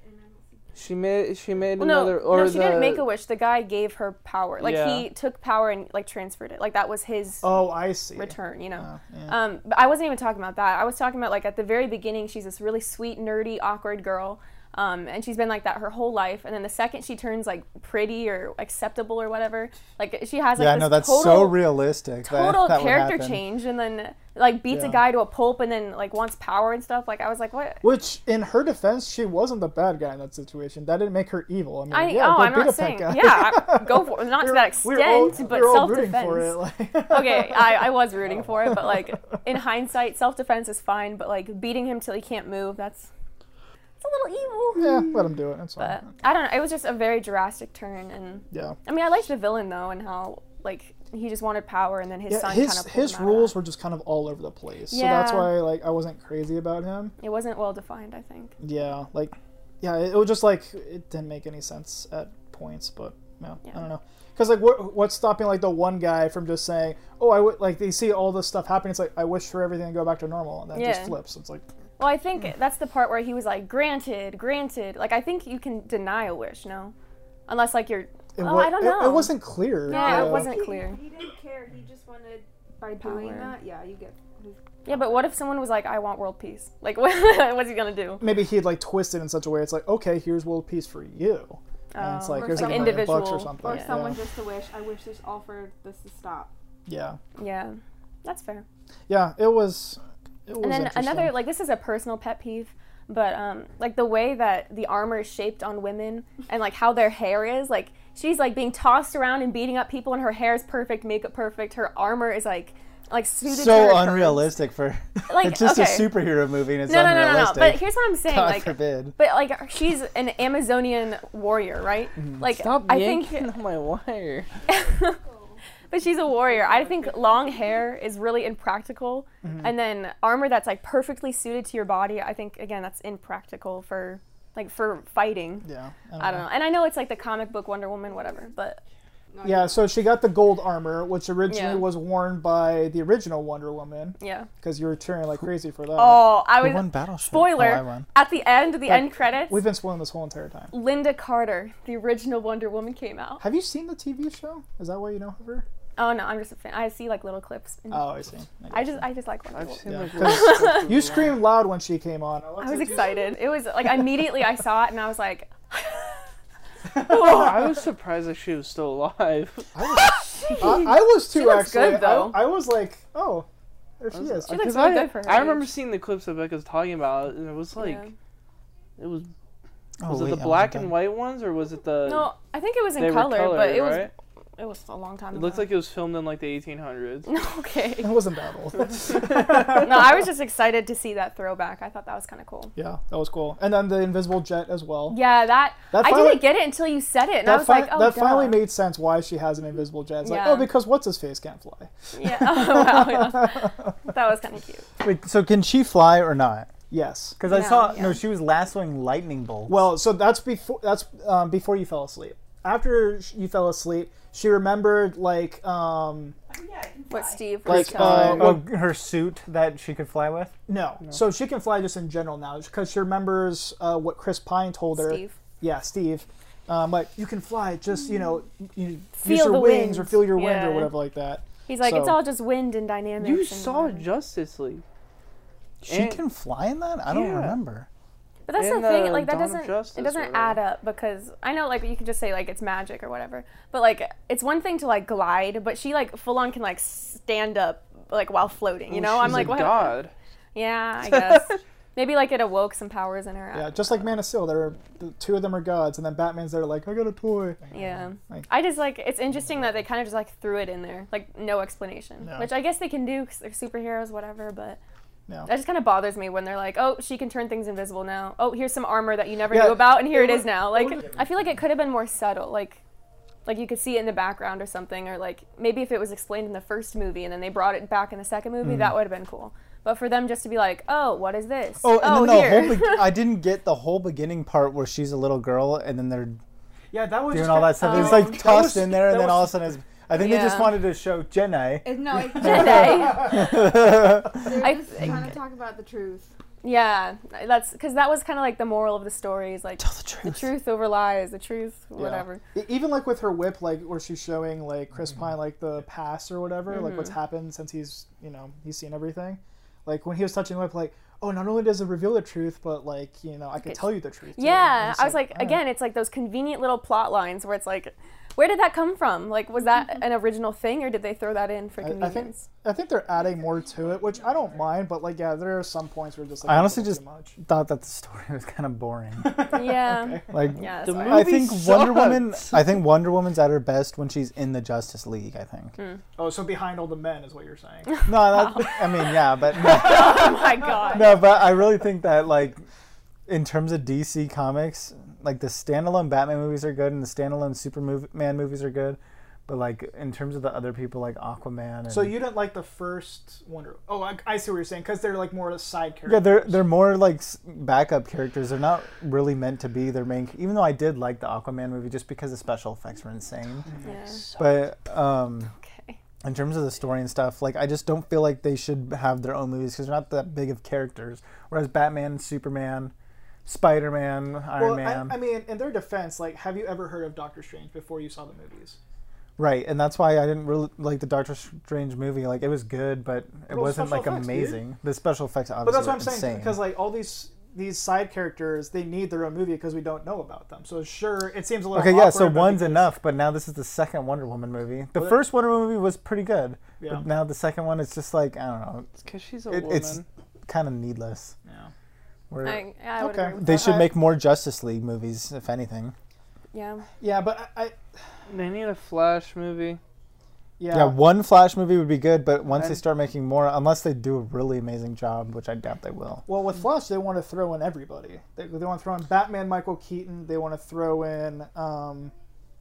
[SPEAKER 5] She made she made
[SPEAKER 3] Well,
[SPEAKER 5] another
[SPEAKER 3] no,
[SPEAKER 5] or
[SPEAKER 3] no, she
[SPEAKER 5] the,
[SPEAKER 3] didn't make a wish. The guy gave her power. Like
[SPEAKER 5] Yeah.
[SPEAKER 3] he took power and like transferred it. Like that was his
[SPEAKER 1] Oh, I see.
[SPEAKER 3] return. You know.
[SPEAKER 1] Oh, yeah.
[SPEAKER 3] Um, but I wasn't even talking about that. I was talking about like at the very beginning, she's this really sweet, nerdy, awkward girl, um, and she's been like that her whole life. And then the second she turns like pretty or acceptable or whatever, like she has like
[SPEAKER 4] Yeah, I
[SPEAKER 3] this
[SPEAKER 4] know that's
[SPEAKER 3] total,
[SPEAKER 4] so realistic. that-
[SPEAKER 3] total
[SPEAKER 4] that would
[SPEAKER 3] character
[SPEAKER 4] happen.
[SPEAKER 3] change, and then like beats
[SPEAKER 1] Yeah.
[SPEAKER 3] a guy to a pulp, and then like wants power and stuff. Like I was like, what?
[SPEAKER 1] Which, in her defense, she wasn't the bad guy in that situation. That didn't make her evil. I mean,
[SPEAKER 3] I,
[SPEAKER 1] yeah,
[SPEAKER 3] oh,
[SPEAKER 1] go
[SPEAKER 3] I'm
[SPEAKER 1] beat
[SPEAKER 3] not
[SPEAKER 1] up that
[SPEAKER 3] saying.
[SPEAKER 1] guy.
[SPEAKER 3] Yeah, I- go for not to that
[SPEAKER 1] We
[SPEAKER 3] extent,
[SPEAKER 1] were all-
[SPEAKER 3] but
[SPEAKER 1] we were all
[SPEAKER 3] self
[SPEAKER 1] rooting
[SPEAKER 3] defense.
[SPEAKER 1] for it, like-
[SPEAKER 3] okay, I, I was rooting for it, but like in hindsight, self defense is fine. But like beating him till he can't move, that's it's a little evil.
[SPEAKER 1] Yeah, let him do it. That's fine.
[SPEAKER 3] But I don't know. It was just a very drastic turn, and
[SPEAKER 1] yeah.
[SPEAKER 3] I mean, I liked the villain though, and how like he just wanted power, and then his
[SPEAKER 1] Yeah,
[SPEAKER 3] son
[SPEAKER 1] his
[SPEAKER 3] kind of
[SPEAKER 1] his rules were just kind of all over the place. So that's
[SPEAKER 3] Yeah.
[SPEAKER 1] why like I wasn't crazy about him.
[SPEAKER 3] It wasn't well defined, I think.
[SPEAKER 1] Yeah, like yeah, it, it was just like it didn't make any sense at points, but yeah, I
[SPEAKER 3] Yeah.
[SPEAKER 1] don't know. Cuz like what what's stopping like the one guy from just saying, "Oh, I would like they see all this stuff happening. It's like I wish for everything to go back to normal." And then it
[SPEAKER 3] Yeah.
[SPEAKER 1] just flips. It's like
[SPEAKER 3] Well, I think
[SPEAKER 1] Mm.
[SPEAKER 3] that's the part where he was like, "Granted, granted." Like I think you can deny a wish, no, unless like you're.
[SPEAKER 1] it,
[SPEAKER 3] oh,
[SPEAKER 1] wa-
[SPEAKER 3] I don't
[SPEAKER 1] it-
[SPEAKER 3] know.
[SPEAKER 1] It, wasn't clear.
[SPEAKER 3] Yeah, Oh, it
[SPEAKER 6] I
[SPEAKER 3] wasn't
[SPEAKER 6] think he-
[SPEAKER 3] clear.
[SPEAKER 6] He didn't care. He just wanted by
[SPEAKER 3] Power.
[SPEAKER 6] doing that. Yeah, you get.
[SPEAKER 3] Yeah, but what if someone was like, "I want world peace"? Like, what, what's he gonna do?
[SPEAKER 1] Maybe he'd like twist it in such a way. It's like, "Okay, here's world peace for you." And it's
[SPEAKER 3] Oh.
[SPEAKER 1] like
[SPEAKER 6] Or
[SPEAKER 1] here's
[SPEAKER 6] some
[SPEAKER 1] like a million bucks or
[SPEAKER 3] individual-
[SPEAKER 1] something.
[SPEAKER 6] Or
[SPEAKER 3] Yeah.
[SPEAKER 6] someone
[SPEAKER 1] yeah.
[SPEAKER 6] just to wish. I wish this all for this to stop.
[SPEAKER 1] yeah,
[SPEAKER 3] Yeah, that's fair.
[SPEAKER 1] yeah. It was. It was
[SPEAKER 3] And then
[SPEAKER 1] interesting.
[SPEAKER 3] another, like this is a personal pet peeve, but um, like the way that the armor is shaped on women and like how their hair is, like she's like being tossed around and beating up people, and her hair is perfect, makeup perfect, her armor is like like suited. to her
[SPEAKER 4] so
[SPEAKER 3] curves.
[SPEAKER 4] unrealistic for
[SPEAKER 3] Like,
[SPEAKER 4] it's just
[SPEAKER 3] okay.
[SPEAKER 4] a superhero movie and it's
[SPEAKER 3] No, no, no, no, no.
[SPEAKER 4] unrealistic.
[SPEAKER 3] But here's what I'm saying,
[SPEAKER 4] God
[SPEAKER 3] like.
[SPEAKER 4] forbid.
[SPEAKER 3] But like she's an Amazonian warrior, right?
[SPEAKER 4] Mm-hmm.
[SPEAKER 3] Like
[SPEAKER 5] Stop
[SPEAKER 3] I think
[SPEAKER 5] yanking on my wire.
[SPEAKER 3] But she's a warrior. I think long hair is really impractical. And then armor that's like perfectly suited to your body, I think again that's impractical for like for fighting.
[SPEAKER 1] Yeah.
[SPEAKER 3] I don't know. And I know it's like the comic book Wonder Woman whatever, but
[SPEAKER 1] Yeah, so she got the gold armor, which originally
[SPEAKER 3] Yeah.
[SPEAKER 1] was worn by the original Wonder Woman,
[SPEAKER 3] yeah.
[SPEAKER 1] because you were cheering like crazy for that.
[SPEAKER 3] Oh, I
[SPEAKER 4] Who won
[SPEAKER 3] was
[SPEAKER 4] Battleship?
[SPEAKER 3] spoiler
[SPEAKER 4] Oh, I won.
[SPEAKER 3] at the end, the end credits,
[SPEAKER 1] We've been spoiling this whole entire time.
[SPEAKER 3] Linda Carter, the original Wonder Woman came out.
[SPEAKER 1] Have you seen the TV show? Is that why you know of her?
[SPEAKER 3] Oh no, I'm just a fan. I see like little clips. And
[SPEAKER 1] Oh, I see.
[SPEAKER 3] I just I just like Wonder Woman.
[SPEAKER 5] I've seen
[SPEAKER 1] Yeah,
[SPEAKER 5] like
[SPEAKER 1] 'cause you screamed loud when she came on.
[SPEAKER 3] I was excited. It was like immediately I saw it and I was like
[SPEAKER 5] Oh, I was surprised that she was still alive.
[SPEAKER 1] I, I was too.
[SPEAKER 3] She looks
[SPEAKER 1] actually,
[SPEAKER 3] good, though.
[SPEAKER 1] I, I was like, oh, there she is.
[SPEAKER 3] She looks
[SPEAKER 5] 'Cause
[SPEAKER 3] really
[SPEAKER 5] I,
[SPEAKER 3] good for her
[SPEAKER 5] I remember
[SPEAKER 3] age.
[SPEAKER 5] seeing the clips that Becca's talking about, and it was like,
[SPEAKER 3] Yeah.
[SPEAKER 5] it was
[SPEAKER 4] Oh,
[SPEAKER 5] was
[SPEAKER 4] wait,
[SPEAKER 5] it
[SPEAKER 4] I
[SPEAKER 5] the black
[SPEAKER 4] wasn't
[SPEAKER 5] and
[SPEAKER 4] done.
[SPEAKER 5] white ones, or was it the
[SPEAKER 3] No, I think it was in
[SPEAKER 5] they
[SPEAKER 3] color,
[SPEAKER 5] were colored,
[SPEAKER 3] but it was
[SPEAKER 5] right?
[SPEAKER 3] it was a long time
[SPEAKER 5] It
[SPEAKER 3] ago.
[SPEAKER 5] looked like it was filmed in like the 1800s.
[SPEAKER 3] okay.
[SPEAKER 1] It wasn't that old.
[SPEAKER 3] No, I was just excited to see that throwback. I thought that was kind of cool.
[SPEAKER 1] yeah, that was cool. And then the invisible jet as well.
[SPEAKER 3] Yeah, that,
[SPEAKER 1] That
[SPEAKER 3] I
[SPEAKER 1] finally-
[SPEAKER 3] didn't get it until you said it, and I
[SPEAKER 1] That,
[SPEAKER 3] was
[SPEAKER 1] fi-
[SPEAKER 3] like, oh,
[SPEAKER 1] that finally
[SPEAKER 3] duh.
[SPEAKER 1] made sense why she has an invisible jet. It's like,
[SPEAKER 3] Yeah.
[SPEAKER 1] oh, because what's his face can't fly.
[SPEAKER 3] Yeah. Oh, wow, yeah. that was kind of cute.
[SPEAKER 4] Wait, so can she fly or not?
[SPEAKER 1] Yes.
[SPEAKER 4] Because I
[SPEAKER 3] No,
[SPEAKER 4] saw
[SPEAKER 3] yeah.
[SPEAKER 4] no, she was lassoing lightning bolts.
[SPEAKER 1] Well, so that's before that's um, before you fell asleep. After sh- you fell asleep, she remembered like um,
[SPEAKER 2] Yeah, I can
[SPEAKER 3] What
[SPEAKER 2] fly.
[SPEAKER 3] Steve
[SPEAKER 1] like
[SPEAKER 3] was telling
[SPEAKER 1] uh,
[SPEAKER 5] um,
[SPEAKER 3] me.
[SPEAKER 1] what-
[SPEAKER 4] oh, her suit that she could fly with.
[SPEAKER 1] no. So she can fly just in general now because she remembers uh, what Chris Pine told her.
[SPEAKER 3] Steve.
[SPEAKER 1] Yeah, Steve. Um, like you can fly, just you know, you
[SPEAKER 3] Feel
[SPEAKER 1] use your
[SPEAKER 3] the
[SPEAKER 1] wings
[SPEAKER 3] wind.
[SPEAKER 1] or feel your wind
[SPEAKER 3] Yeah.
[SPEAKER 1] or whatever like that.
[SPEAKER 3] He's like, it's
[SPEAKER 1] so-
[SPEAKER 3] all just wind and dynamics.
[SPEAKER 5] You
[SPEAKER 3] and
[SPEAKER 5] saw
[SPEAKER 3] whatever."
[SPEAKER 5] Justice League.
[SPEAKER 4] She
[SPEAKER 5] And-
[SPEAKER 4] can fly in that? I don't
[SPEAKER 5] Yeah.
[SPEAKER 4] remember.
[SPEAKER 3] But that's
[SPEAKER 5] And
[SPEAKER 3] the thing,
[SPEAKER 5] the
[SPEAKER 3] like that
[SPEAKER 5] Dawn of
[SPEAKER 3] doesn't
[SPEAKER 5] Justice
[SPEAKER 3] it
[SPEAKER 5] or
[SPEAKER 3] doesn't
[SPEAKER 5] whatever.
[SPEAKER 3] add up because I know like you could just say like it's magic or whatever. But like it's one thing to like glide, but she like full on can like stand up like while floating, you know?
[SPEAKER 5] Oh, She's
[SPEAKER 3] I'm like
[SPEAKER 5] a
[SPEAKER 3] what
[SPEAKER 5] god.
[SPEAKER 3] Yeah, I guess. Maybe like it awoke some powers in her.
[SPEAKER 1] Yeah, just like Man of Steel, there are the two of them are gods, and then Batman's there like I got a toy.
[SPEAKER 3] Yeah.
[SPEAKER 1] Like-
[SPEAKER 3] I just like it's interesting that they kind of just like threw it in there, like no explanation,
[SPEAKER 1] No.
[SPEAKER 3] which I guess they can do because they're superheroes, whatever. But
[SPEAKER 1] No.
[SPEAKER 3] that just kind of bothers me when they're like, oh, she can turn things invisible now. Oh, here's some armor that you never
[SPEAKER 1] Yeah,
[SPEAKER 3] knew about, and here
[SPEAKER 1] it
[SPEAKER 3] it
[SPEAKER 1] was-
[SPEAKER 3] is now. Like I feel like it could have been more subtle, like. Like you could see it in the background or something, or like maybe if it was explained in the first movie and then they brought it back in the second movie, that would have been cool. But for them just to be like, "Oh, what is this?"
[SPEAKER 4] Oh, and then the
[SPEAKER 3] here."
[SPEAKER 4] whole be- I didn't get the whole beginning part where she's a little girl and then they're
[SPEAKER 1] Yeah, that was
[SPEAKER 4] doing all that stuff. it's like tossed in there and then all of a sudden it's, I think they just
[SPEAKER 3] Yeah.
[SPEAKER 4] wanted to show Jenna.
[SPEAKER 6] It, no, it's
[SPEAKER 3] Today.
[SPEAKER 6] they're
[SPEAKER 3] I
[SPEAKER 6] just
[SPEAKER 3] think-
[SPEAKER 6] trying to talk about the truth.
[SPEAKER 3] Yeah, that's because that was kind of like the moral of the story is like
[SPEAKER 4] Tell the truth.
[SPEAKER 3] the truth over lies, the truth, whatever.
[SPEAKER 1] E- Even like with her whip, like where she's showing like Chris Pine like the past or whatever, like what's
[SPEAKER 3] Mm-hmm.
[SPEAKER 1] happened since he's you know he's seen everything. Like when he was touching the whip, like oh, not only does it reveal the truth, but like you know I can tell you the truth. too."
[SPEAKER 3] Yeah,
[SPEAKER 1] And it's
[SPEAKER 3] I was like, again, it's like those convenient little plot lines where it's like, where did that come from? Like, was that an original thing or did they throw that in for
[SPEAKER 1] I, I think
[SPEAKER 3] convenience?
[SPEAKER 1] I think they're adding more to it, which I don't mind. But like yeah, there are some points where just like
[SPEAKER 4] I
[SPEAKER 1] it's a
[SPEAKER 4] honestly
[SPEAKER 1] little
[SPEAKER 4] just
[SPEAKER 1] too much.
[SPEAKER 4] thought that the story was kind of boring.
[SPEAKER 3] yeah,
[SPEAKER 4] Like
[SPEAKER 3] yeah. that's
[SPEAKER 5] The
[SPEAKER 3] why.
[SPEAKER 5] movie
[SPEAKER 4] I think Wonder Woman
[SPEAKER 5] sucked.
[SPEAKER 4] I think Wonder Woman's at her best when she's in the Justice League, I think.
[SPEAKER 1] Oh, so behind all the men is what you're saying.
[SPEAKER 4] No, that, I mean, yeah, but no,
[SPEAKER 3] oh my god.
[SPEAKER 4] no, but I really think that like in terms of DC comics, like the standalone Batman movies are good and the standalone Superman movies are good, but like in terms of the other people like Aquaman and
[SPEAKER 1] so you didn't like the first Wonder? Oh, I, I see what you're saying because they're like more side characters.
[SPEAKER 4] yeah, they're they're more like s- backup characters. They're not really meant to be their main. Even though I did like the Aquaman movie, just because the special effects were insane.
[SPEAKER 3] Yeah.
[SPEAKER 4] But um,
[SPEAKER 3] Okay.
[SPEAKER 4] in terms of the story and stuff, like I just don't feel like they should have their own movies because they're not that big of characters. Whereas Batman, Superman, Spider Man, Iron
[SPEAKER 1] Well, I,
[SPEAKER 4] Man,
[SPEAKER 1] I mean, in their defense, like, have you ever heard of Doctor Strange before you saw the movies?
[SPEAKER 4] right? And that's why I didn't really like the Doctor Strange movie. Like it was good, but it
[SPEAKER 1] Well,
[SPEAKER 4] wasn't
[SPEAKER 1] special
[SPEAKER 4] like
[SPEAKER 1] effects, dude.
[SPEAKER 4] amazing. The special effects obviously
[SPEAKER 1] But that's what
[SPEAKER 4] were
[SPEAKER 1] I'm saying
[SPEAKER 4] insane.
[SPEAKER 1] because like all these these side characters they need their own movie because we don't know about them. So sure, it seems a little
[SPEAKER 4] Okay, yeah, so
[SPEAKER 1] awkward, but
[SPEAKER 4] one's
[SPEAKER 1] because-
[SPEAKER 4] enough, but now this is the second Wonder Woman movie. The
[SPEAKER 1] Well,
[SPEAKER 4] first Wonder Woman movie was pretty good,
[SPEAKER 1] Yeah.
[SPEAKER 4] but now the second one it's just like I don't know,
[SPEAKER 5] It's because she's a
[SPEAKER 4] It-
[SPEAKER 5] woman.
[SPEAKER 4] it's- kind of needless.
[SPEAKER 1] Yeah.
[SPEAKER 4] Where
[SPEAKER 3] I, I would
[SPEAKER 1] Okay.
[SPEAKER 3] agree with
[SPEAKER 4] they
[SPEAKER 3] that.
[SPEAKER 4] should
[SPEAKER 1] I-
[SPEAKER 4] make more Justice League movies, if anything.
[SPEAKER 3] Yeah.
[SPEAKER 1] Yeah, but I, I
[SPEAKER 5] They need a Flash movie.
[SPEAKER 1] yeah.
[SPEAKER 4] Yeah. one Flash movie would be good, but once they
[SPEAKER 5] And-
[SPEAKER 4] start making more, unless they do a really amazing job, which I doubt they will.
[SPEAKER 1] Well, with Flash, they want to throw in everybody. They, they want to throw in Batman, Michael Keaton. They want to throw in. Um,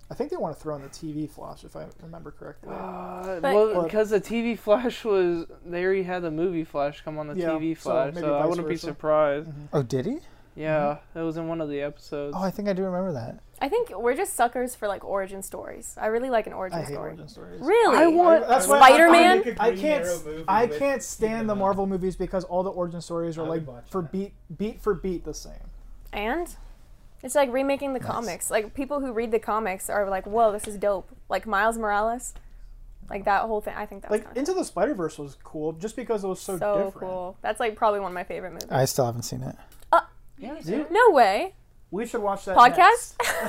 [SPEAKER 1] I think they want to throw in the TV Flash, if I remember correctly.
[SPEAKER 5] Uh,
[SPEAKER 3] But-
[SPEAKER 5] well, because the TV Flash was they already had the movie Flash come on the
[SPEAKER 1] Yeah,
[SPEAKER 5] TV
[SPEAKER 1] so
[SPEAKER 5] Flash, so,
[SPEAKER 1] maybe
[SPEAKER 5] I
[SPEAKER 1] vice
[SPEAKER 5] wouldn't be
[SPEAKER 1] versa.
[SPEAKER 5] surprised.
[SPEAKER 4] Oh, did he?
[SPEAKER 5] Yeah,
[SPEAKER 3] Mm-hmm.
[SPEAKER 5] that was in one of the episodes.
[SPEAKER 4] Oh, I think I do remember that.
[SPEAKER 3] I think we're just suckers for like origin stories. I really like an origin
[SPEAKER 1] I hate
[SPEAKER 3] story.
[SPEAKER 1] origin stories.
[SPEAKER 3] Really?
[SPEAKER 5] I want-
[SPEAKER 1] That's
[SPEAKER 7] I would-
[SPEAKER 1] why I-
[SPEAKER 3] Spider-Man?
[SPEAKER 7] I, would make a
[SPEAKER 1] I
[SPEAKER 7] Green
[SPEAKER 1] can't.
[SPEAKER 7] Arrow
[SPEAKER 1] s-
[SPEAKER 7] movie
[SPEAKER 1] I
[SPEAKER 7] with-
[SPEAKER 1] can't stand the Marvel movies because all the origin stories are
[SPEAKER 7] I would
[SPEAKER 1] like
[SPEAKER 7] watch
[SPEAKER 1] for
[SPEAKER 7] that.
[SPEAKER 1] beat beat for beat the same.
[SPEAKER 3] And it's like remaking the comics. Like people who read the comics are like, "Whoa, this is dope." Like Miles Morales. Like that whole thing. I think that's
[SPEAKER 1] Like
[SPEAKER 3] kind
[SPEAKER 1] Into the Spider Verse was cool just because it was so,
[SPEAKER 3] of so
[SPEAKER 1] different.
[SPEAKER 3] cool. That's like probably one of my favorite movies.
[SPEAKER 4] I still haven't seen it.
[SPEAKER 3] no way.
[SPEAKER 1] We should watch that
[SPEAKER 3] Podcast?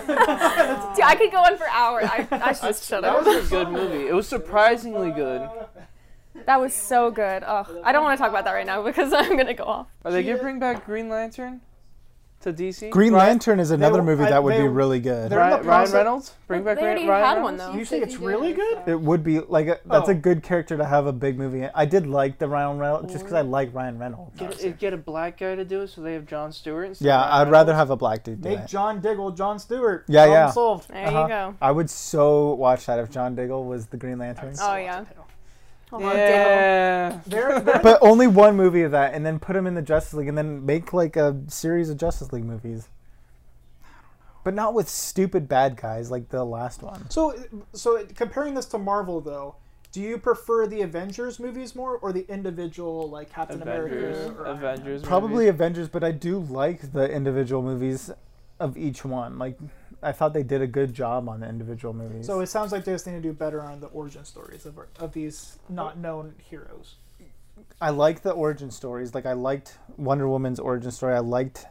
[SPEAKER 1] next.
[SPEAKER 3] Dude, I could go on for hours. I, I should shut
[SPEAKER 5] that
[SPEAKER 3] up.
[SPEAKER 5] was a good movie. It was surprisingly good.
[SPEAKER 3] That was so good. Oh, I don't want to talk about that right now because I'm gonna go off.
[SPEAKER 5] Are they gonna bring back Green Lantern to DC?
[SPEAKER 4] Green
[SPEAKER 5] Ry-
[SPEAKER 4] Lantern is another
[SPEAKER 1] They-
[SPEAKER 4] movie
[SPEAKER 1] I-
[SPEAKER 4] that would
[SPEAKER 1] they-
[SPEAKER 4] be really good.
[SPEAKER 1] they're- in the
[SPEAKER 5] Ry- Ryan
[SPEAKER 1] process-
[SPEAKER 5] Reynolds? Bring
[SPEAKER 3] But
[SPEAKER 5] back
[SPEAKER 3] they
[SPEAKER 5] Ra-
[SPEAKER 3] already
[SPEAKER 5] Ryan
[SPEAKER 3] had
[SPEAKER 5] Reynolds?
[SPEAKER 3] one though.
[SPEAKER 1] You think it's really good?
[SPEAKER 4] It would be like a, that's
[SPEAKER 1] Oh.
[SPEAKER 4] a good character to have a big movie. in. I did like the Ryan Reynolds just because I like Ryan Reynolds.
[SPEAKER 5] Get, it- get a black guy to do it, so they have John Stewart. Instead
[SPEAKER 4] Yeah,
[SPEAKER 5] of Ryan
[SPEAKER 4] I'd rather
[SPEAKER 5] Reynolds.
[SPEAKER 4] have a black dude do
[SPEAKER 1] Make
[SPEAKER 4] it.
[SPEAKER 1] John Diggle John Stewart.
[SPEAKER 4] Yeah,
[SPEAKER 1] Problem
[SPEAKER 4] yeah.
[SPEAKER 1] Solved.
[SPEAKER 3] There
[SPEAKER 4] Uh-huh.
[SPEAKER 3] you go.
[SPEAKER 4] I would so watch that if John Diggle was the Green Lantern.
[SPEAKER 3] Oh yeah. Oh, Diggle.
[SPEAKER 5] Yeah.
[SPEAKER 1] They're, they're
[SPEAKER 4] But only one movie of that, and then put him in the Justice League, and then make like a series of Justice League movies. But not with stupid bad guys like the last one.
[SPEAKER 1] So, so comparing this to Marvel, though, do you prefer the Avengers movies more or the individual, like Captain
[SPEAKER 5] Avengers.
[SPEAKER 1] America? or Iron Man?
[SPEAKER 5] Avengers.
[SPEAKER 4] Probably
[SPEAKER 5] movies.
[SPEAKER 4] Avengers, but I do like the individual movies of each one. Like, I thought they did a good job on the individual movies.
[SPEAKER 1] So it sounds like they just need to do better on the origin stories of, of these not known heroes.
[SPEAKER 4] I like the origin stories. Like, I liked Wonder Woman's origin story. I liked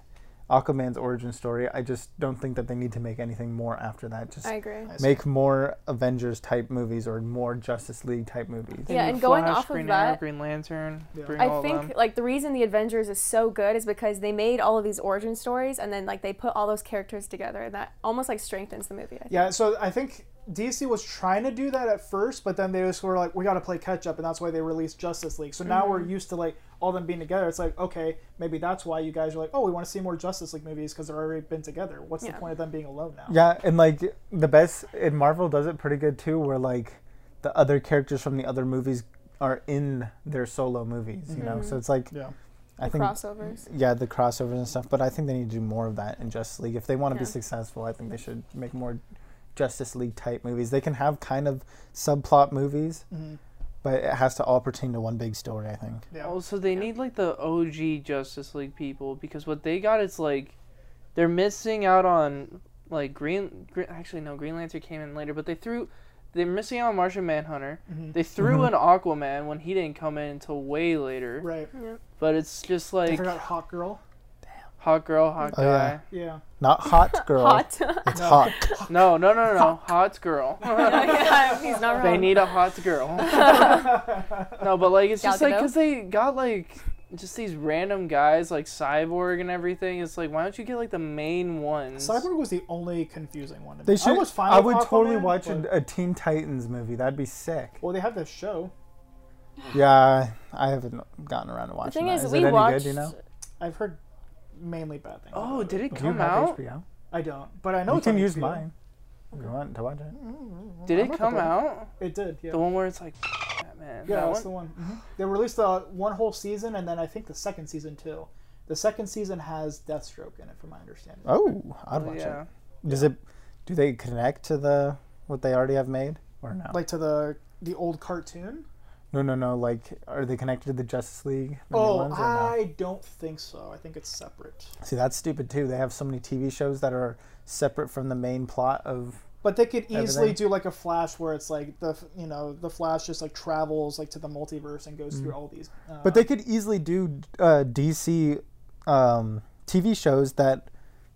[SPEAKER 4] Aquaman's origin story. I just don't think that they need to make anything more after that. Just
[SPEAKER 3] I agree.
[SPEAKER 4] make more Avengers type movies or more Justice League type movies.
[SPEAKER 5] They
[SPEAKER 3] Yeah,
[SPEAKER 5] do
[SPEAKER 3] and going
[SPEAKER 5] Flash,
[SPEAKER 3] off of
[SPEAKER 5] Green Arrow,
[SPEAKER 3] that-
[SPEAKER 5] Green Lantern.
[SPEAKER 1] Yeah.
[SPEAKER 5] Bring all
[SPEAKER 3] I
[SPEAKER 5] of them.
[SPEAKER 3] think like the reason the Avengers is so good is because they made all of these origin stories and then like they put all those characters together and that almost like strengthens the movie. I think.
[SPEAKER 1] Yeah, so I think DC was trying to do that at first, but then they just were like, we got to play catch up, and that's why they released Justice League. So now
[SPEAKER 5] Mm-hmm.
[SPEAKER 1] we're used to like all them being together. It's like, okay, maybe that's why you guys are like, oh, we want to see more Justice League movies because they've already been together. What's the
[SPEAKER 3] Yeah.
[SPEAKER 1] point of them being alone now?
[SPEAKER 4] Yeah, and like the best, and Marvel does it pretty good too, where like the other characters from the other movies are in their solo movies, you know.
[SPEAKER 3] Mm-hmm.
[SPEAKER 4] So it's like
[SPEAKER 1] Yeah.
[SPEAKER 4] I
[SPEAKER 3] The
[SPEAKER 4] think
[SPEAKER 3] crossovers.
[SPEAKER 4] yeah, the crossovers and stuff. But I think they need to do more of that in Justice League if they want to be
[SPEAKER 3] Yeah.
[SPEAKER 4] successful. I think they should make more Justice League type movies. They can have kind of subplot movies,
[SPEAKER 1] Mhm.
[SPEAKER 4] but it has to all pertain to one big story. I think.
[SPEAKER 1] Yeah.
[SPEAKER 5] Also, Oh, they need like the OG Justice League people because what they got is like they're missing out on like Green. Green actually, no, Green Lantern came in later, but they threw they're missing out on Martian Manhunter.
[SPEAKER 1] Mm-hmm.
[SPEAKER 5] They threw in Aquaman when he didn't come in until way later.
[SPEAKER 1] Right.
[SPEAKER 5] But it's just
[SPEAKER 1] I
[SPEAKER 5] like
[SPEAKER 1] forgot Hot Girl.
[SPEAKER 5] hot girl, hot
[SPEAKER 4] Oh,
[SPEAKER 5] guy.
[SPEAKER 1] Yeah.
[SPEAKER 4] Not hot girl.
[SPEAKER 3] Hot.
[SPEAKER 4] It's hot.
[SPEAKER 5] No, no, no, no, no, hot girl.
[SPEAKER 3] Yeah, he's not
[SPEAKER 5] They
[SPEAKER 3] wrong.
[SPEAKER 5] need a hot girl. no, but like it's just
[SPEAKER 3] Gal
[SPEAKER 5] like
[SPEAKER 3] Gadot?
[SPEAKER 5] because they got like just these random guys like Cyborg and everything. It's like why don't you get like the main ones?
[SPEAKER 1] Cyborg was the only confusing one. To
[SPEAKER 4] They
[SPEAKER 1] me.
[SPEAKER 4] should.
[SPEAKER 1] I was fine.
[SPEAKER 4] I
[SPEAKER 1] with
[SPEAKER 4] would
[SPEAKER 1] Aquaman,
[SPEAKER 4] totally watch
[SPEAKER 1] but-
[SPEAKER 4] a, a Teen Titans movie. That'd be sick.
[SPEAKER 1] Well, they have this show.
[SPEAKER 4] Yeah, I haven't gotten around to
[SPEAKER 3] The
[SPEAKER 4] watching
[SPEAKER 3] thing
[SPEAKER 4] that.
[SPEAKER 3] is,
[SPEAKER 4] Is it
[SPEAKER 3] we
[SPEAKER 4] any
[SPEAKER 3] watched.
[SPEAKER 4] good, you know?
[SPEAKER 1] I've heard mainly bad things.
[SPEAKER 5] Oh,
[SPEAKER 1] about
[SPEAKER 5] did
[SPEAKER 4] Do
[SPEAKER 5] it
[SPEAKER 4] you
[SPEAKER 5] come
[SPEAKER 4] have
[SPEAKER 5] out?
[SPEAKER 4] HBO?
[SPEAKER 1] I don't, but I know
[SPEAKER 4] you
[SPEAKER 1] it's
[SPEAKER 4] can
[SPEAKER 1] on
[SPEAKER 4] use
[SPEAKER 1] HBO.
[SPEAKER 4] mine if you want to watch
[SPEAKER 3] Mm-hmm.
[SPEAKER 4] it.
[SPEAKER 5] Did it
[SPEAKER 1] not
[SPEAKER 5] come
[SPEAKER 1] the-
[SPEAKER 5] out?
[SPEAKER 1] It did. Yeah.
[SPEAKER 5] The one where it's like "F- that man.
[SPEAKER 1] yeah,
[SPEAKER 5] that
[SPEAKER 1] that's
[SPEAKER 5] one?
[SPEAKER 1] the one. Mhm. They released uh, one whole season, and then I think the second season too. The second season has Deathstroke in it, from my understanding.
[SPEAKER 4] Oh, I'd
[SPEAKER 5] Oh,
[SPEAKER 4] watch
[SPEAKER 5] yeah.
[SPEAKER 4] it. Does it? Do they connect to the what they already have made or no?
[SPEAKER 1] Like to the the old cartoon.
[SPEAKER 4] no, no, no. Like, are they connected to the Justice League? The new
[SPEAKER 1] Oh,
[SPEAKER 4] ones, or no?
[SPEAKER 1] I don't think so. I think it's separate.
[SPEAKER 4] See, that's stupid too. They have so many TV shows that are separate from the main plot of.
[SPEAKER 1] But they could easily
[SPEAKER 4] Everything.
[SPEAKER 1] do like a Flash where it's like the f- you know the Flash just like travels like to the
[SPEAKER 4] Mm.
[SPEAKER 1] multiverse and goes through all these. Uh,
[SPEAKER 4] But they could easily do uh, DC um, TV shows that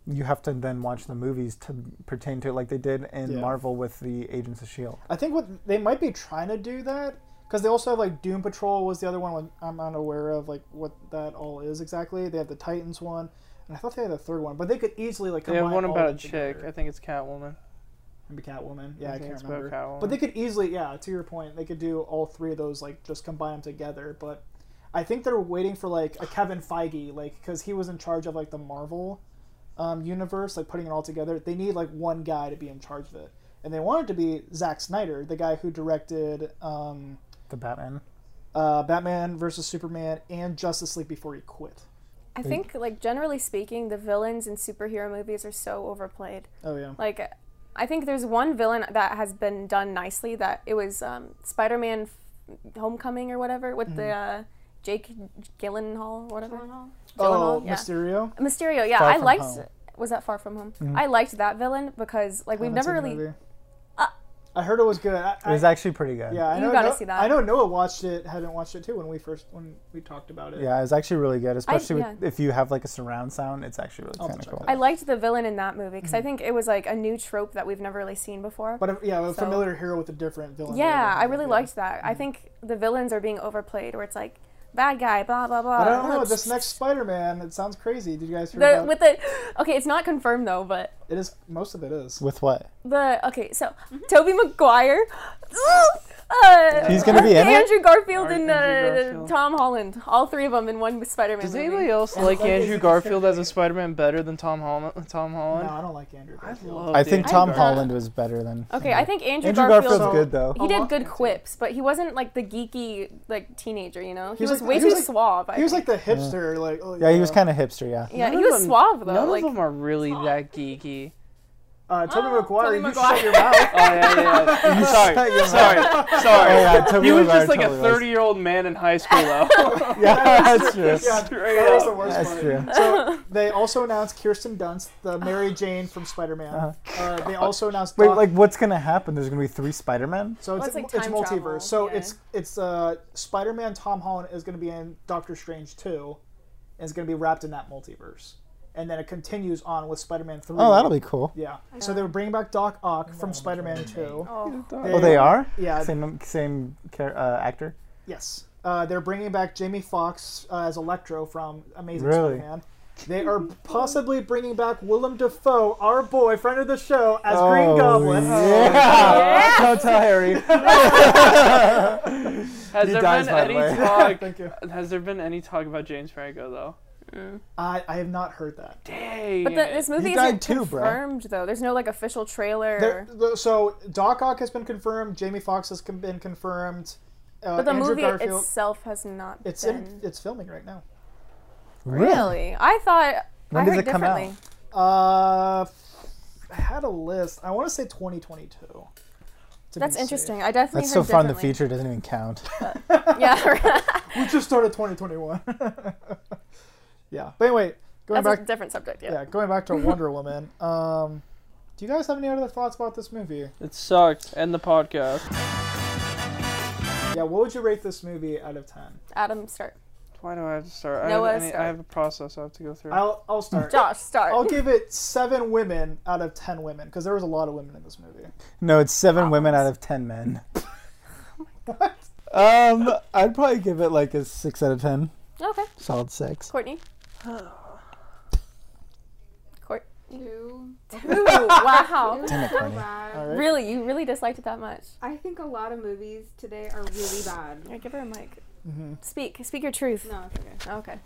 [SPEAKER 4] you have to then watch the movies to pertain to it, like they did in
[SPEAKER 1] Yeah.
[SPEAKER 4] Marvel with the Agents of Shield.
[SPEAKER 1] I think what they might be trying to do that because they also have like Doom Patrol was the other one when- I'm unaware of like what that all is exactly. They have the Titans one, and I thought they had a third one, but they could easily like
[SPEAKER 5] They have
[SPEAKER 1] combine
[SPEAKER 5] one
[SPEAKER 1] all
[SPEAKER 5] about a
[SPEAKER 1] that
[SPEAKER 5] chick. I
[SPEAKER 1] together.
[SPEAKER 5] think it's Catwoman.
[SPEAKER 1] Maybe Catwoman. Yeah, I,
[SPEAKER 5] think
[SPEAKER 1] can't
[SPEAKER 5] it's about
[SPEAKER 1] remember.
[SPEAKER 5] Catwoman.
[SPEAKER 1] But they could easily, yeah, to your point, they could do all three of those, like just combine them together. But I think they're waiting for like a Kevin Feige, like because he was in charge of like the Marvel um, universe, like putting it all together. They need like one guy to be in charge of it, and they want it to be Zack Snyder, the guy who directed um,
[SPEAKER 4] The Batman.
[SPEAKER 1] uh, Batman versus Superman and Justice League before he quit.
[SPEAKER 3] I think, like generally speaking, the villains in superhero movies are so overplayed.
[SPEAKER 1] Oh yeah,
[SPEAKER 3] Like, I think there's one villain that has been done nicely. That it was um, Spider-Man: F- Homecoming or whatever with the
[SPEAKER 5] Mm-hmm.
[SPEAKER 3] uh, Jake Gyllenhaal, whatever.
[SPEAKER 1] oh
[SPEAKER 3] Gyllenhaal, yeah.
[SPEAKER 1] Mysterio.
[SPEAKER 3] Mysterio. Yeah,
[SPEAKER 4] Far
[SPEAKER 3] I
[SPEAKER 4] From
[SPEAKER 3] liked.
[SPEAKER 1] Home. Mm-hmm.
[SPEAKER 3] Was that Far From Home? I liked that villain because like we've
[SPEAKER 1] Haven't seen
[SPEAKER 3] never
[SPEAKER 1] the
[SPEAKER 3] really.
[SPEAKER 1] movie.
[SPEAKER 3] Uh,
[SPEAKER 1] I heard it was good. I,
[SPEAKER 4] It
[SPEAKER 1] I,
[SPEAKER 4] was actually pretty good.
[SPEAKER 1] Yeah, I
[SPEAKER 3] You
[SPEAKER 1] know.
[SPEAKER 3] gotta
[SPEAKER 1] Noah-
[SPEAKER 3] see that.
[SPEAKER 1] I know Noah watched it. Hadn't watched it too when we first when we talked about it.
[SPEAKER 4] Yeah, it's actually really good, especially with,
[SPEAKER 3] yeah.
[SPEAKER 4] if you have like a surround sound. It's actually really
[SPEAKER 1] I'll
[SPEAKER 4] kind of
[SPEAKER 1] check it
[SPEAKER 4] cool.
[SPEAKER 1] out.
[SPEAKER 3] I liked the villain in that movie because I think it was like a new trope that we've never really seen before.
[SPEAKER 1] Mm-hmm. But a- yeah, a
[SPEAKER 3] So-
[SPEAKER 1] familiar hero with a different villain.
[SPEAKER 3] yeah, I
[SPEAKER 1] Yeah. Mm-hmm.
[SPEAKER 3] really liked that. I think the villains are being overplayed, where it's like bad guy, blah blah blah.
[SPEAKER 1] But I don't know this next Spider-Man. It sounds crazy. Did you guys hear
[SPEAKER 3] the,
[SPEAKER 1] about?
[SPEAKER 3] with the okay, it's not confirmed though, but
[SPEAKER 1] it is most of it is.
[SPEAKER 4] With what?
[SPEAKER 3] the okay, so
[SPEAKER 5] Mm-hmm.
[SPEAKER 3] Toby Maguire, uh,
[SPEAKER 4] He's gonna be in it?
[SPEAKER 3] Andrew Garfield
[SPEAKER 5] Ar-
[SPEAKER 3] and uh,
[SPEAKER 5] Andrew Garfield.
[SPEAKER 3] Tom Holland, all three of them in one Spider-Man
[SPEAKER 5] Does
[SPEAKER 3] movie.
[SPEAKER 5] anybody else like
[SPEAKER 1] like, is
[SPEAKER 5] Andrew
[SPEAKER 1] it
[SPEAKER 5] Garfield as a Spider-Man better than Tom Holland? uh, Tom Holland.
[SPEAKER 1] No, I don't like Andrew.
[SPEAKER 5] I
[SPEAKER 1] Garfield.
[SPEAKER 5] love.
[SPEAKER 4] I think
[SPEAKER 5] Andrew
[SPEAKER 4] Tom
[SPEAKER 3] I-
[SPEAKER 5] Garfield.
[SPEAKER 4] Holland was better than
[SPEAKER 3] Okay, I think Andrew,
[SPEAKER 4] Andrew
[SPEAKER 3] Garfield's
[SPEAKER 4] Garfield's
[SPEAKER 1] So-
[SPEAKER 4] good though.
[SPEAKER 3] He did
[SPEAKER 1] lot
[SPEAKER 3] good
[SPEAKER 1] into it.
[SPEAKER 3] quips, but he wasn't like the geeky like teenager, you know. He,
[SPEAKER 1] He was
[SPEAKER 3] was,
[SPEAKER 1] like-
[SPEAKER 3] way
[SPEAKER 1] he
[SPEAKER 3] too
[SPEAKER 1] was like-
[SPEAKER 3] suave. I
[SPEAKER 1] He was
[SPEAKER 3] think.
[SPEAKER 1] like the hipster. Like oh
[SPEAKER 4] Yeah, he was kind of hipster. Yeah.
[SPEAKER 3] yeah,
[SPEAKER 5] None
[SPEAKER 3] he
[SPEAKER 5] of
[SPEAKER 3] was
[SPEAKER 5] them-
[SPEAKER 3] suave though.
[SPEAKER 5] None
[SPEAKER 3] like,
[SPEAKER 5] of them are really that geeky.
[SPEAKER 1] Uh, Tobey
[SPEAKER 3] Oh,
[SPEAKER 1] Maguire.
[SPEAKER 3] Tobey
[SPEAKER 1] you
[SPEAKER 3] Maguire.
[SPEAKER 1] shut your mouth.
[SPEAKER 5] Oh yeah, yeah. yeah.
[SPEAKER 4] Shut your
[SPEAKER 5] sorry, sorry, sorry.
[SPEAKER 4] Oh, yeah, Tobey
[SPEAKER 5] he was
[SPEAKER 4] Maguire
[SPEAKER 5] just like
[SPEAKER 4] totally
[SPEAKER 5] a
[SPEAKER 4] was.
[SPEAKER 5] thirty-year-old man in high school though.
[SPEAKER 4] Yeah, that's true.
[SPEAKER 1] Yeah,
[SPEAKER 5] Straight
[SPEAKER 1] that was
[SPEAKER 5] up.
[SPEAKER 1] the worst
[SPEAKER 4] That's
[SPEAKER 1] part.
[SPEAKER 4] true.
[SPEAKER 1] So they also announced Kirsten Dunst, the
[SPEAKER 3] Uh-huh.
[SPEAKER 1] Mary Jane from Spider-Man. uh they also announced
[SPEAKER 4] Uh-huh. Wait,
[SPEAKER 1] Doc-
[SPEAKER 4] like what's gonna happen? There's gonna be three Spider Men.
[SPEAKER 1] So
[SPEAKER 3] Well,
[SPEAKER 1] it's,
[SPEAKER 3] it's like
[SPEAKER 1] it's
[SPEAKER 3] time
[SPEAKER 1] multiverse.
[SPEAKER 3] travel,
[SPEAKER 1] So
[SPEAKER 3] yeah.
[SPEAKER 1] it's it's uh Spider-Man Tom Holland is going to be in Doctor Strange 2 and is going to be wrapped in that multiverse. And then it continues on with Spider-Man 3.
[SPEAKER 4] Oh, that'll be cool.
[SPEAKER 1] Yeah. So they were bringing back Doc Ock from Spider-Man 2.
[SPEAKER 3] Oh.
[SPEAKER 4] Oh, they are.
[SPEAKER 1] Yeah.
[SPEAKER 4] Same same char- uh, actor.
[SPEAKER 1] Yes. Uh, they're bringing back Jamie Foxx uh, as Electro from Amazing
[SPEAKER 4] Really?
[SPEAKER 1] Spider-Man. They are possibly bringing back Willem Dafoe, our boy, friend of the show, as
[SPEAKER 4] Oh,
[SPEAKER 1] Green Goblin.
[SPEAKER 4] Yeah. Don't tell Harry.
[SPEAKER 5] Has
[SPEAKER 4] He
[SPEAKER 5] there
[SPEAKER 4] dies,
[SPEAKER 5] been
[SPEAKER 4] by the way.
[SPEAKER 5] any talk?
[SPEAKER 1] Oh, Thank you.
[SPEAKER 5] Has there been any talk about James Franco though?
[SPEAKER 1] I, I have not heard that.
[SPEAKER 5] Dang.
[SPEAKER 3] But the, this movie
[SPEAKER 4] died
[SPEAKER 3] isn't
[SPEAKER 4] too, bro.
[SPEAKER 3] confirmed though. There's no like official trailer.
[SPEAKER 1] There, uh, th- so Doc Ock has been confirmed. Jamie Fox has com- been confirmed. Uh,
[SPEAKER 3] but the
[SPEAKER 1] Andrew
[SPEAKER 3] movie
[SPEAKER 1] Garfield.
[SPEAKER 3] itself has not
[SPEAKER 1] It's
[SPEAKER 3] been.
[SPEAKER 1] in, it's filming right now.
[SPEAKER 3] really? I thought.
[SPEAKER 4] When
[SPEAKER 3] I
[SPEAKER 4] does
[SPEAKER 3] heard
[SPEAKER 4] it come out?
[SPEAKER 3] differently.
[SPEAKER 1] Uh, I had a list. I want to say 2022. to be
[SPEAKER 3] That's
[SPEAKER 1] safe.
[SPEAKER 3] interesting. I definitely
[SPEAKER 4] That's so
[SPEAKER 3] heard
[SPEAKER 4] far in the
[SPEAKER 3] differently.
[SPEAKER 4] future. It doesn't even count.
[SPEAKER 3] Yeah,
[SPEAKER 1] We just started 2021. yeah, but anyway, going
[SPEAKER 3] that's a
[SPEAKER 1] back.
[SPEAKER 3] different subject. Yeah.
[SPEAKER 1] Yeah, going back to Wonder Woman. Um, do you guys have any other thoughts about this movie?
[SPEAKER 5] It sucked. End the podcast.
[SPEAKER 1] Yeah, what would you rate this movie out of 10?
[SPEAKER 3] Adam, start.
[SPEAKER 5] Why do I have to start? I,
[SPEAKER 3] Noah,
[SPEAKER 7] uh,
[SPEAKER 5] have, any,
[SPEAKER 3] start.
[SPEAKER 5] I have a process I have to go through.
[SPEAKER 1] I'll I'll start.
[SPEAKER 3] Josh, start.
[SPEAKER 1] I'll give it seven women out of ten women because there was a lot of women in this movie.
[SPEAKER 4] No, it's seven women out of ten men. um, I'd probably give it like a six out of ten.
[SPEAKER 3] Okay,
[SPEAKER 4] Solid six.
[SPEAKER 3] Courtney. Court.
[SPEAKER 6] Two.
[SPEAKER 3] Ooh, wow.
[SPEAKER 4] Damn it,
[SPEAKER 6] So
[SPEAKER 4] Courtney.
[SPEAKER 1] All
[SPEAKER 6] bad.
[SPEAKER 1] right.
[SPEAKER 3] Really, you really disliked it that much.
[SPEAKER 6] I think a lot of movies today are really bad.
[SPEAKER 3] Here, give her a mic.
[SPEAKER 1] Mm-hmm.
[SPEAKER 3] Speak. Speak your truth.
[SPEAKER 6] No, it's okay.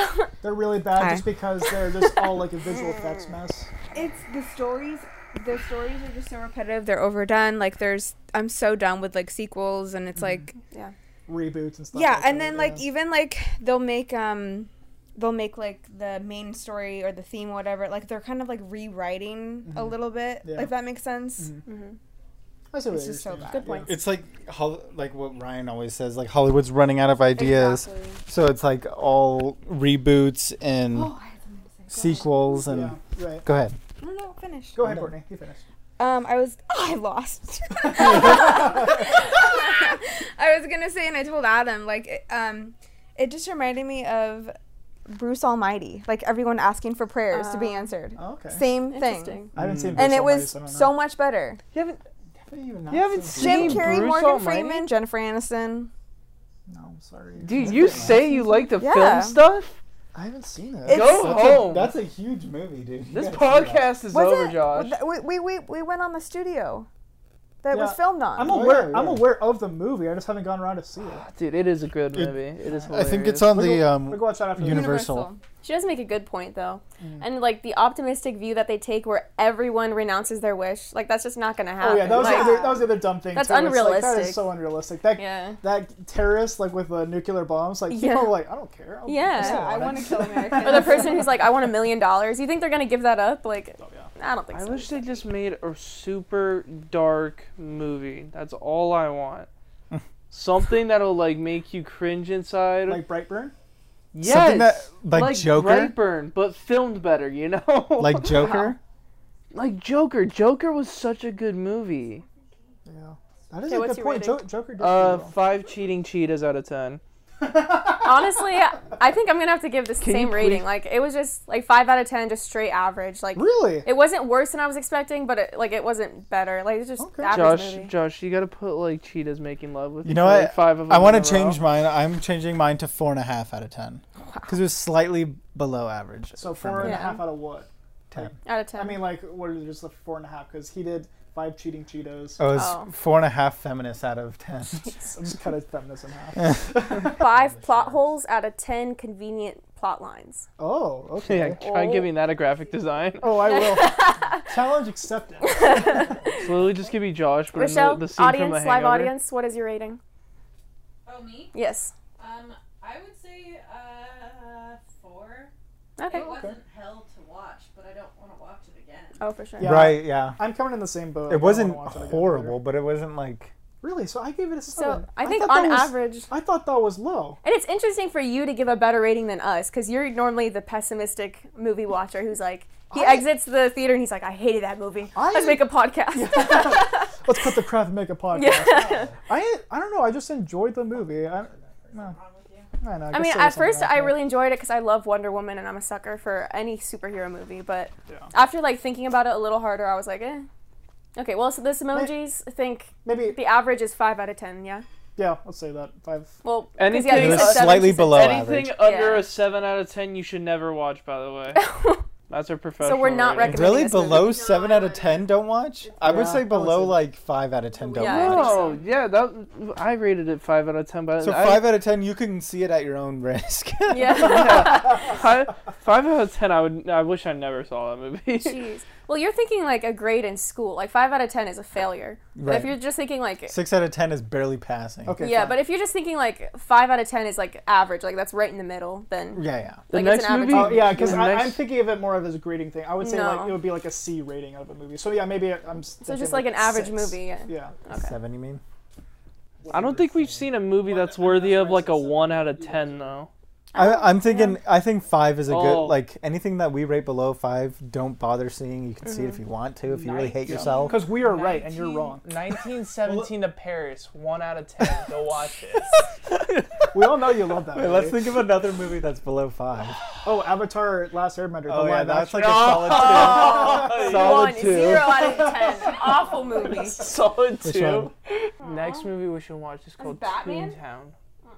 [SPEAKER 3] Okay.
[SPEAKER 1] They're really bad
[SPEAKER 3] Hi.
[SPEAKER 1] just because they're just all like a visual effects mess.
[SPEAKER 6] It's the stories. The stories are just so repetitive. They're overdone. Like there's, I'm so done with like sequels, and it's
[SPEAKER 1] Mm-hmm.
[SPEAKER 6] like
[SPEAKER 1] Reboots and stuff.
[SPEAKER 6] yeah,
[SPEAKER 1] like
[SPEAKER 6] and
[SPEAKER 1] that,
[SPEAKER 6] then like even like they'll make um, they'll make like the main story or the theme whatever. Like they're kind of like rewriting
[SPEAKER 4] Mm-hmm.
[SPEAKER 6] a little bit.
[SPEAKER 1] Yeah.
[SPEAKER 6] If that makes sense.
[SPEAKER 3] Mm-hmm.
[SPEAKER 1] I see what
[SPEAKER 6] It's
[SPEAKER 1] you're
[SPEAKER 6] just so
[SPEAKER 1] saying.
[SPEAKER 6] bad.
[SPEAKER 3] Good point.
[SPEAKER 4] It's like Hol- like what Ryan always says, like Hollywood's running out of ideas. So it's like all reboots and
[SPEAKER 6] Oh, I had something to say. Go
[SPEAKER 4] sequels and
[SPEAKER 1] Yeah, right.
[SPEAKER 4] go ahead.
[SPEAKER 6] ahead. No, no, finish.
[SPEAKER 1] Go ahead, Courtney. You finish.
[SPEAKER 6] Um, I was. Oh, I lost. I was gonna say, and I told Adam, like, it, um, it just reminded me of
[SPEAKER 7] Bruce Almighty, like everyone asking for prayers to be answered.
[SPEAKER 4] Oh, okay.
[SPEAKER 7] Same thing.
[SPEAKER 3] Interesting.
[SPEAKER 4] I haven't seen.
[SPEAKER 7] And
[SPEAKER 4] Bruce
[SPEAKER 7] it
[SPEAKER 4] Almighty,
[SPEAKER 7] was
[SPEAKER 4] so I don't know.
[SPEAKER 7] so much better.
[SPEAKER 5] You haven't.
[SPEAKER 4] Have You not
[SPEAKER 5] You haven't
[SPEAKER 4] seen
[SPEAKER 5] seen-
[SPEAKER 7] Jim
[SPEAKER 5] mean
[SPEAKER 7] Carrey,
[SPEAKER 5] Bruce
[SPEAKER 7] Morgan
[SPEAKER 5] Almighty?
[SPEAKER 7] Freeman, Jennifer Aniston.
[SPEAKER 4] Bruce? No, I'm sorry.
[SPEAKER 5] Dude, you say you like the
[SPEAKER 7] Yeah.
[SPEAKER 5] film stuff?
[SPEAKER 4] I haven't seen that.
[SPEAKER 7] It's-
[SPEAKER 5] Go
[SPEAKER 4] that's
[SPEAKER 5] home.
[SPEAKER 4] A, that's a huge movie, dude. You
[SPEAKER 5] this
[SPEAKER 4] gotta see that.
[SPEAKER 5] podcast is
[SPEAKER 7] Was
[SPEAKER 5] over,
[SPEAKER 7] it-
[SPEAKER 5] Josh.
[SPEAKER 7] We, we, we, we went on the studio that it was
[SPEAKER 4] Yeah.
[SPEAKER 7] filmed on.
[SPEAKER 1] I'm
[SPEAKER 4] Oh,
[SPEAKER 1] aware.
[SPEAKER 4] yeah,
[SPEAKER 1] I'm
[SPEAKER 4] yeah.
[SPEAKER 1] aware of the movie. I just haven't gone around to see it.
[SPEAKER 5] Dude, it is a good
[SPEAKER 4] It-
[SPEAKER 5] movie. It is
[SPEAKER 4] I
[SPEAKER 5] hilarious.
[SPEAKER 4] think it's on
[SPEAKER 1] We're
[SPEAKER 4] the
[SPEAKER 1] go-
[SPEAKER 4] um,
[SPEAKER 1] We can watch that after.
[SPEAKER 4] Universal.
[SPEAKER 1] Universe.
[SPEAKER 3] She does make a good point though,
[SPEAKER 1] Mm.
[SPEAKER 3] and like the optimistic view that they take, where everyone renounces their wish, like that's just not gonna happen.
[SPEAKER 1] Oh yeah, that was,
[SPEAKER 3] Like,
[SPEAKER 1] the other, that was the other dumb thing.
[SPEAKER 3] That's
[SPEAKER 1] too. It's Like, that
[SPEAKER 3] unrealistic.
[SPEAKER 1] is so unrealistic. That
[SPEAKER 3] yeah.
[SPEAKER 1] that terrorist like with the nuclear bombs, like
[SPEAKER 3] Yeah.
[SPEAKER 1] people are like, I don't care. I'll-
[SPEAKER 3] Yeah.
[SPEAKER 1] I still
[SPEAKER 6] I
[SPEAKER 1] want
[SPEAKER 6] want
[SPEAKER 1] it.
[SPEAKER 6] to kill
[SPEAKER 3] Or the
[SPEAKER 6] Americans.
[SPEAKER 3] person who's like, I want a million dollars. You think they're gonna give that up? Like,
[SPEAKER 1] Oh, yeah.
[SPEAKER 3] I don't think
[SPEAKER 5] I
[SPEAKER 3] so.
[SPEAKER 5] wish they just made a super dark movie. That's all I want. Something that'll like make you cringe inside.
[SPEAKER 1] Like Brightburn.
[SPEAKER 5] yes,
[SPEAKER 4] Something that like, Joker,
[SPEAKER 5] Brightburn, but filmed better. You know,
[SPEAKER 4] like Joker.
[SPEAKER 5] like Joker. Joker was such a good movie.
[SPEAKER 1] Yeah. That is
[SPEAKER 3] Okay,
[SPEAKER 1] a
[SPEAKER 3] what's
[SPEAKER 1] good
[SPEAKER 3] your
[SPEAKER 1] point. Jo-
[SPEAKER 3] rating?
[SPEAKER 1] Joker did
[SPEAKER 5] Uh,
[SPEAKER 1] pretty well.
[SPEAKER 5] five cheating cheetahs out of ten.
[SPEAKER 3] Honestly, I think I'm gonna have to give this the
[SPEAKER 5] Can you
[SPEAKER 3] same rating.
[SPEAKER 5] please-
[SPEAKER 3] Like, it was just like five out of ten, just straight average. Like,
[SPEAKER 1] Really?
[SPEAKER 3] it wasn't worse than I was expecting, but it, like it wasn't better. Like, it's just
[SPEAKER 1] Okay.
[SPEAKER 3] average
[SPEAKER 5] Josh,
[SPEAKER 3] movie.
[SPEAKER 5] Josh, you gotta put like cheetahs making love with
[SPEAKER 4] You know
[SPEAKER 5] for,
[SPEAKER 4] what?
[SPEAKER 5] Like, five of them
[SPEAKER 4] I want
[SPEAKER 5] in a
[SPEAKER 4] to change
[SPEAKER 5] row.
[SPEAKER 4] mine. I'm changing mine to four and a half out of ten because it was slightly below average.
[SPEAKER 1] So
[SPEAKER 4] for
[SPEAKER 1] four and a
[SPEAKER 4] me.
[SPEAKER 3] Yeah.
[SPEAKER 1] half out of what?
[SPEAKER 4] Ten.
[SPEAKER 3] Out of ten.
[SPEAKER 1] I mean, like, what is just the four and a half? Because he did five cheating Cheetos.
[SPEAKER 4] Oh, it was
[SPEAKER 3] Oh.
[SPEAKER 4] four and a half feminists out of ten.
[SPEAKER 1] I'm just kind of feminist in half.
[SPEAKER 3] five plot holes out of ten convenient plot lines.
[SPEAKER 1] oh, okay.
[SPEAKER 5] Yeah, try giving that a graphic design.
[SPEAKER 1] Oh, I will. Challenge accepted.
[SPEAKER 5] It's literally just gonna be Josh, but in
[SPEAKER 3] Rochelle,
[SPEAKER 5] the, the scene from the
[SPEAKER 3] audience, live
[SPEAKER 5] Hangover.
[SPEAKER 3] audience, what is your rating?
[SPEAKER 8] Oh me?
[SPEAKER 3] Yes.
[SPEAKER 8] Um, I would say uh four.
[SPEAKER 3] Okay.
[SPEAKER 8] It wasn't hell to watch, but I don't want to watch it again.
[SPEAKER 3] Oh, for sure.
[SPEAKER 1] Yeah.
[SPEAKER 4] Right? Yeah.
[SPEAKER 1] I'm coming in the same boat. Oh, I
[SPEAKER 4] It
[SPEAKER 1] kinda
[SPEAKER 4] wasn't
[SPEAKER 1] wanna watch again
[SPEAKER 4] horrible,
[SPEAKER 1] later.
[SPEAKER 4] but it wasn't like
[SPEAKER 1] Really? So I gave it a seven.
[SPEAKER 3] So I think
[SPEAKER 1] thought
[SPEAKER 3] on
[SPEAKER 1] that was-
[SPEAKER 3] average,
[SPEAKER 1] I thought that was low.
[SPEAKER 3] And it's interesting for you to give a better rating than us because you're normally the pessimistic movie watcher who's like, he
[SPEAKER 1] I-
[SPEAKER 3] exits the theater and he's like, I hated that movie.
[SPEAKER 1] I-
[SPEAKER 3] Let's make a podcast.
[SPEAKER 1] Let's put the craft and make a podcast.
[SPEAKER 3] Yeah.
[SPEAKER 1] I I don't know. I just enjoyed the movie. I, no.
[SPEAKER 8] Wrong with you?
[SPEAKER 1] I, know,
[SPEAKER 3] I
[SPEAKER 1] guess there
[SPEAKER 3] mean,
[SPEAKER 1] was
[SPEAKER 3] at
[SPEAKER 1] something
[SPEAKER 3] first,
[SPEAKER 1] wrong
[SPEAKER 3] I
[SPEAKER 1] with it.
[SPEAKER 3] really enjoyed it because I love Wonder Woman and I'm a sucker for any superhero movie. But
[SPEAKER 1] Yeah.
[SPEAKER 3] after like thinking about it a little harder, I was like, eh. Okay, well, so this emojis, I think
[SPEAKER 1] maybe
[SPEAKER 3] the average is 5 out of 10, yeah?
[SPEAKER 1] yeah. Let's say that five.
[SPEAKER 3] Well, 'cause,
[SPEAKER 5] Anything-
[SPEAKER 3] yeah,
[SPEAKER 4] it
[SPEAKER 3] you
[SPEAKER 4] was
[SPEAKER 3] said seven,
[SPEAKER 4] slightly
[SPEAKER 3] she said
[SPEAKER 4] below
[SPEAKER 3] seven.
[SPEAKER 5] Anything
[SPEAKER 4] average.
[SPEAKER 5] under
[SPEAKER 3] Yeah.
[SPEAKER 5] a seven out of ten, you should never watch. By the way, that's our
[SPEAKER 3] So
[SPEAKER 5] professional.
[SPEAKER 3] we're not
[SPEAKER 5] rating.
[SPEAKER 3] recommending
[SPEAKER 4] really
[SPEAKER 3] this movie.
[SPEAKER 4] below seven out of ten. Don't watch. I would
[SPEAKER 1] Yeah, I
[SPEAKER 4] say
[SPEAKER 1] would
[SPEAKER 4] below
[SPEAKER 1] say-
[SPEAKER 4] like five out of ten. Don't
[SPEAKER 3] Yeah.
[SPEAKER 4] watch.
[SPEAKER 5] No, yeah, that I rated it five out of ten, but
[SPEAKER 4] So
[SPEAKER 5] I-
[SPEAKER 4] five out of ten, you can see it at your own risk.
[SPEAKER 3] Yeah.
[SPEAKER 5] five, five out of ten, I would. I wish I never saw that movie.
[SPEAKER 3] Jeez. Well, you're thinking like a grade in school. Like five out of ten is a failure. But
[SPEAKER 4] Right.
[SPEAKER 3] if you're just thinking like
[SPEAKER 4] Six out of ten is barely passing.
[SPEAKER 1] Okay.
[SPEAKER 3] yeah,
[SPEAKER 1] fine.
[SPEAKER 3] but if you're just thinking like five out of ten is like average, like that's right in the middle, then
[SPEAKER 4] Yeah, yeah.
[SPEAKER 5] The
[SPEAKER 3] Like, it's
[SPEAKER 5] next
[SPEAKER 3] an average
[SPEAKER 5] movie,
[SPEAKER 1] Oh, yeah, because
[SPEAKER 5] the
[SPEAKER 1] I'm
[SPEAKER 5] next-
[SPEAKER 1] thinking of it more of as a grading thing. I would say
[SPEAKER 3] No.
[SPEAKER 1] like it would be like a C rating of a movie. So yeah, maybe I'm. s-
[SPEAKER 3] so
[SPEAKER 1] thinking,
[SPEAKER 3] just like an average
[SPEAKER 1] six.
[SPEAKER 3] movie. Yeah.
[SPEAKER 1] Yeah.
[SPEAKER 4] Seven, you mean?
[SPEAKER 5] I don't think we've seen a movie that's worthy of like a one out of ten though.
[SPEAKER 4] I, I'm thinking. I think five is a
[SPEAKER 5] Oh.
[SPEAKER 4] good. Like anything that we rate below five, don't bother seeing. You can see it if you want to. If you really hate yourself.
[SPEAKER 1] Because we are right and you're wrong.
[SPEAKER 5] 1917 to Paris, one out of ten. Go watch it.
[SPEAKER 1] We all know you love that.
[SPEAKER 4] Wait,
[SPEAKER 1] movie.
[SPEAKER 4] let's think of another movie that's below five.
[SPEAKER 1] Oh, Avatar: Last Airbender. The
[SPEAKER 4] Oh yeah,
[SPEAKER 1] live
[SPEAKER 4] that's
[SPEAKER 1] action.
[SPEAKER 4] like a
[SPEAKER 3] One,
[SPEAKER 4] solid Solid two.
[SPEAKER 3] zero out of ten. Awful movie.
[SPEAKER 5] Solid
[SPEAKER 4] Which
[SPEAKER 5] two. Next movie we should watch is called
[SPEAKER 6] Batman?
[SPEAKER 5] Toontown. Or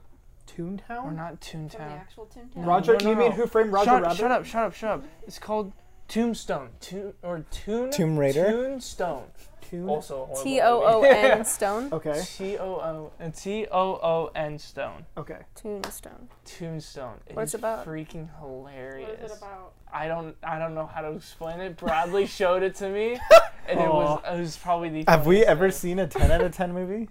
[SPEAKER 1] Toontown.
[SPEAKER 5] not
[SPEAKER 6] From the
[SPEAKER 5] Toontown.
[SPEAKER 6] actual Tim Tam.
[SPEAKER 1] Roger,
[SPEAKER 5] No, no,
[SPEAKER 1] you mean
[SPEAKER 5] no.
[SPEAKER 1] Who Framed Roger
[SPEAKER 5] shut,
[SPEAKER 1] Rabbit?
[SPEAKER 5] shut up, shut up, shut up. It's called Tombstone. Tomb or Toon
[SPEAKER 4] Tomb Raider?
[SPEAKER 5] Tombstone.
[SPEAKER 1] Toon-
[SPEAKER 5] Also a horrible
[SPEAKER 3] T O O
[SPEAKER 5] movie.
[SPEAKER 3] N Stone.
[SPEAKER 1] Okay.
[SPEAKER 5] T O O and T O O N Stone.
[SPEAKER 1] Okay.
[SPEAKER 3] Tombstone.
[SPEAKER 5] Tombstone. It
[SPEAKER 3] What's
[SPEAKER 5] is
[SPEAKER 3] it about?
[SPEAKER 5] freaking hilarious.
[SPEAKER 6] What is it about?
[SPEAKER 5] I don't I don't know how to explain it. Bradley showed it to me and it was it was probably the
[SPEAKER 4] Have we
[SPEAKER 5] funniest
[SPEAKER 4] ever
[SPEAKER 5] thing.
[SPEAKER 4] seen a ten out of ten movie?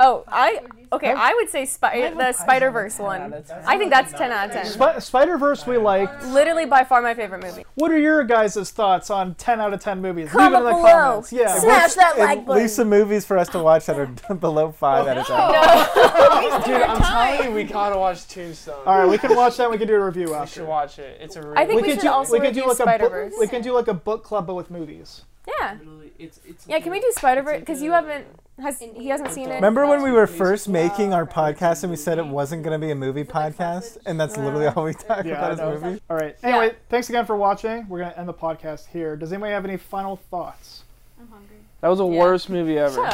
[SPEAKER 3] Oh, I okay. I would say
[SPEAKER 5] I
[SPEAKER 3] spi-
[SPEAKER 5] would
[SPEAKER 3] the
[SPEAKER 5] probably
[SPEAKER 3] Spider Verse
[SPEAKER 5] give it a 10 out
[SPEAKER 3] one.
[SPEAKER 5] of 10.
[SPEAKER 3] I think that's ten out of ten.
[SPEAKER 1] Sp- Spider Verse we like.
[SPEAKER 3] Literally by far my favorite movie.
[SPEAKER 1] What are your guys' thoughts on 10 out of 10 movies?
[SPEAKER 3] Comment
[SPEAKER 1] Leave it in the
[SPEAKER 3] below.
[SPEAKER 1] comments. Yeah.
[SPEAKER 3] Smash that
[SPEAKER 4] At
[SPEAKER 3] like
[SPEAKER 4] least
[SPEAKER 3] button.
[SPEAKER 4] some movies for us to watch that are below five out of ten.
[SPEAKER 5] Dude, I'm telling you we gotta watch Tombstone.
[SPEAKER 1] All right, we can watch that. We can do a review
[SPEAKER 5] We
[SPEAKER 1] after.
[SPEAKER 5] should watch it. It's a really
[SPEAKER 3] I think we,
[SPEAKER 1] could
[SPEAKER 3] should
[SPEAKER 1] do,
[SPEAKER 3] also
[SPEAKER 1] we could
[SPEAKER 3] review
[SPEAKER 1] do like a
[SPEAKER 3] Spider Verse.
[SPEAKER 1] book, we can do like a book club but with movies.
[SPEAKER 3] Yeah.
[SPEAKER 5] Literally, it's it's.
[SPEAKER 3] Yeah, can we do Spider Verse? Because you haven't has he hasn't seen it.
[SPEAKER 4] Remember when we were first
[SPEAKER 5] Yeah.
[SPEAKER 4] making our podcast and we said it wasn't going to be a movie podcast, and that's literally all we talked
[SPEAKER 1] Yeah, I
[SPEAKER 4] about is
[SPEAKER 1] know.
[SPEAKER 4] movies.
[SPEAKER 1] All right.
[SPEAKER 3] Yeah.
[SPEAKER 1] Anyway, thanks again for watching. We're gonna end the podcast here. Does anybody have any final thoughts?
[SPEAKER 2] I'm hungry.
[SPEAKER 5] That was the
[SPEAKER 3] Yeah.
[SPEAKER 5] worst movie ever.
[SPEAKER 3] Shut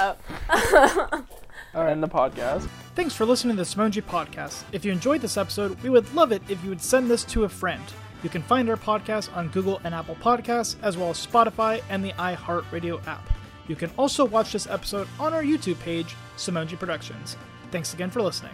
[SPEAKER 3] up.
[SPEAKER 5] And the podcast.
[SPEAKER 1] Thanks for listening to the Smoji Podcast. If you enjoyed this episode, we would love it if you would send this to a friend. You can find our podcast on Google and Apple Podcasts, as well as Spotify and the iHeartRadio app. You can also watch this episode on our YouTube page, Simonji Productions. Thanks again for listening.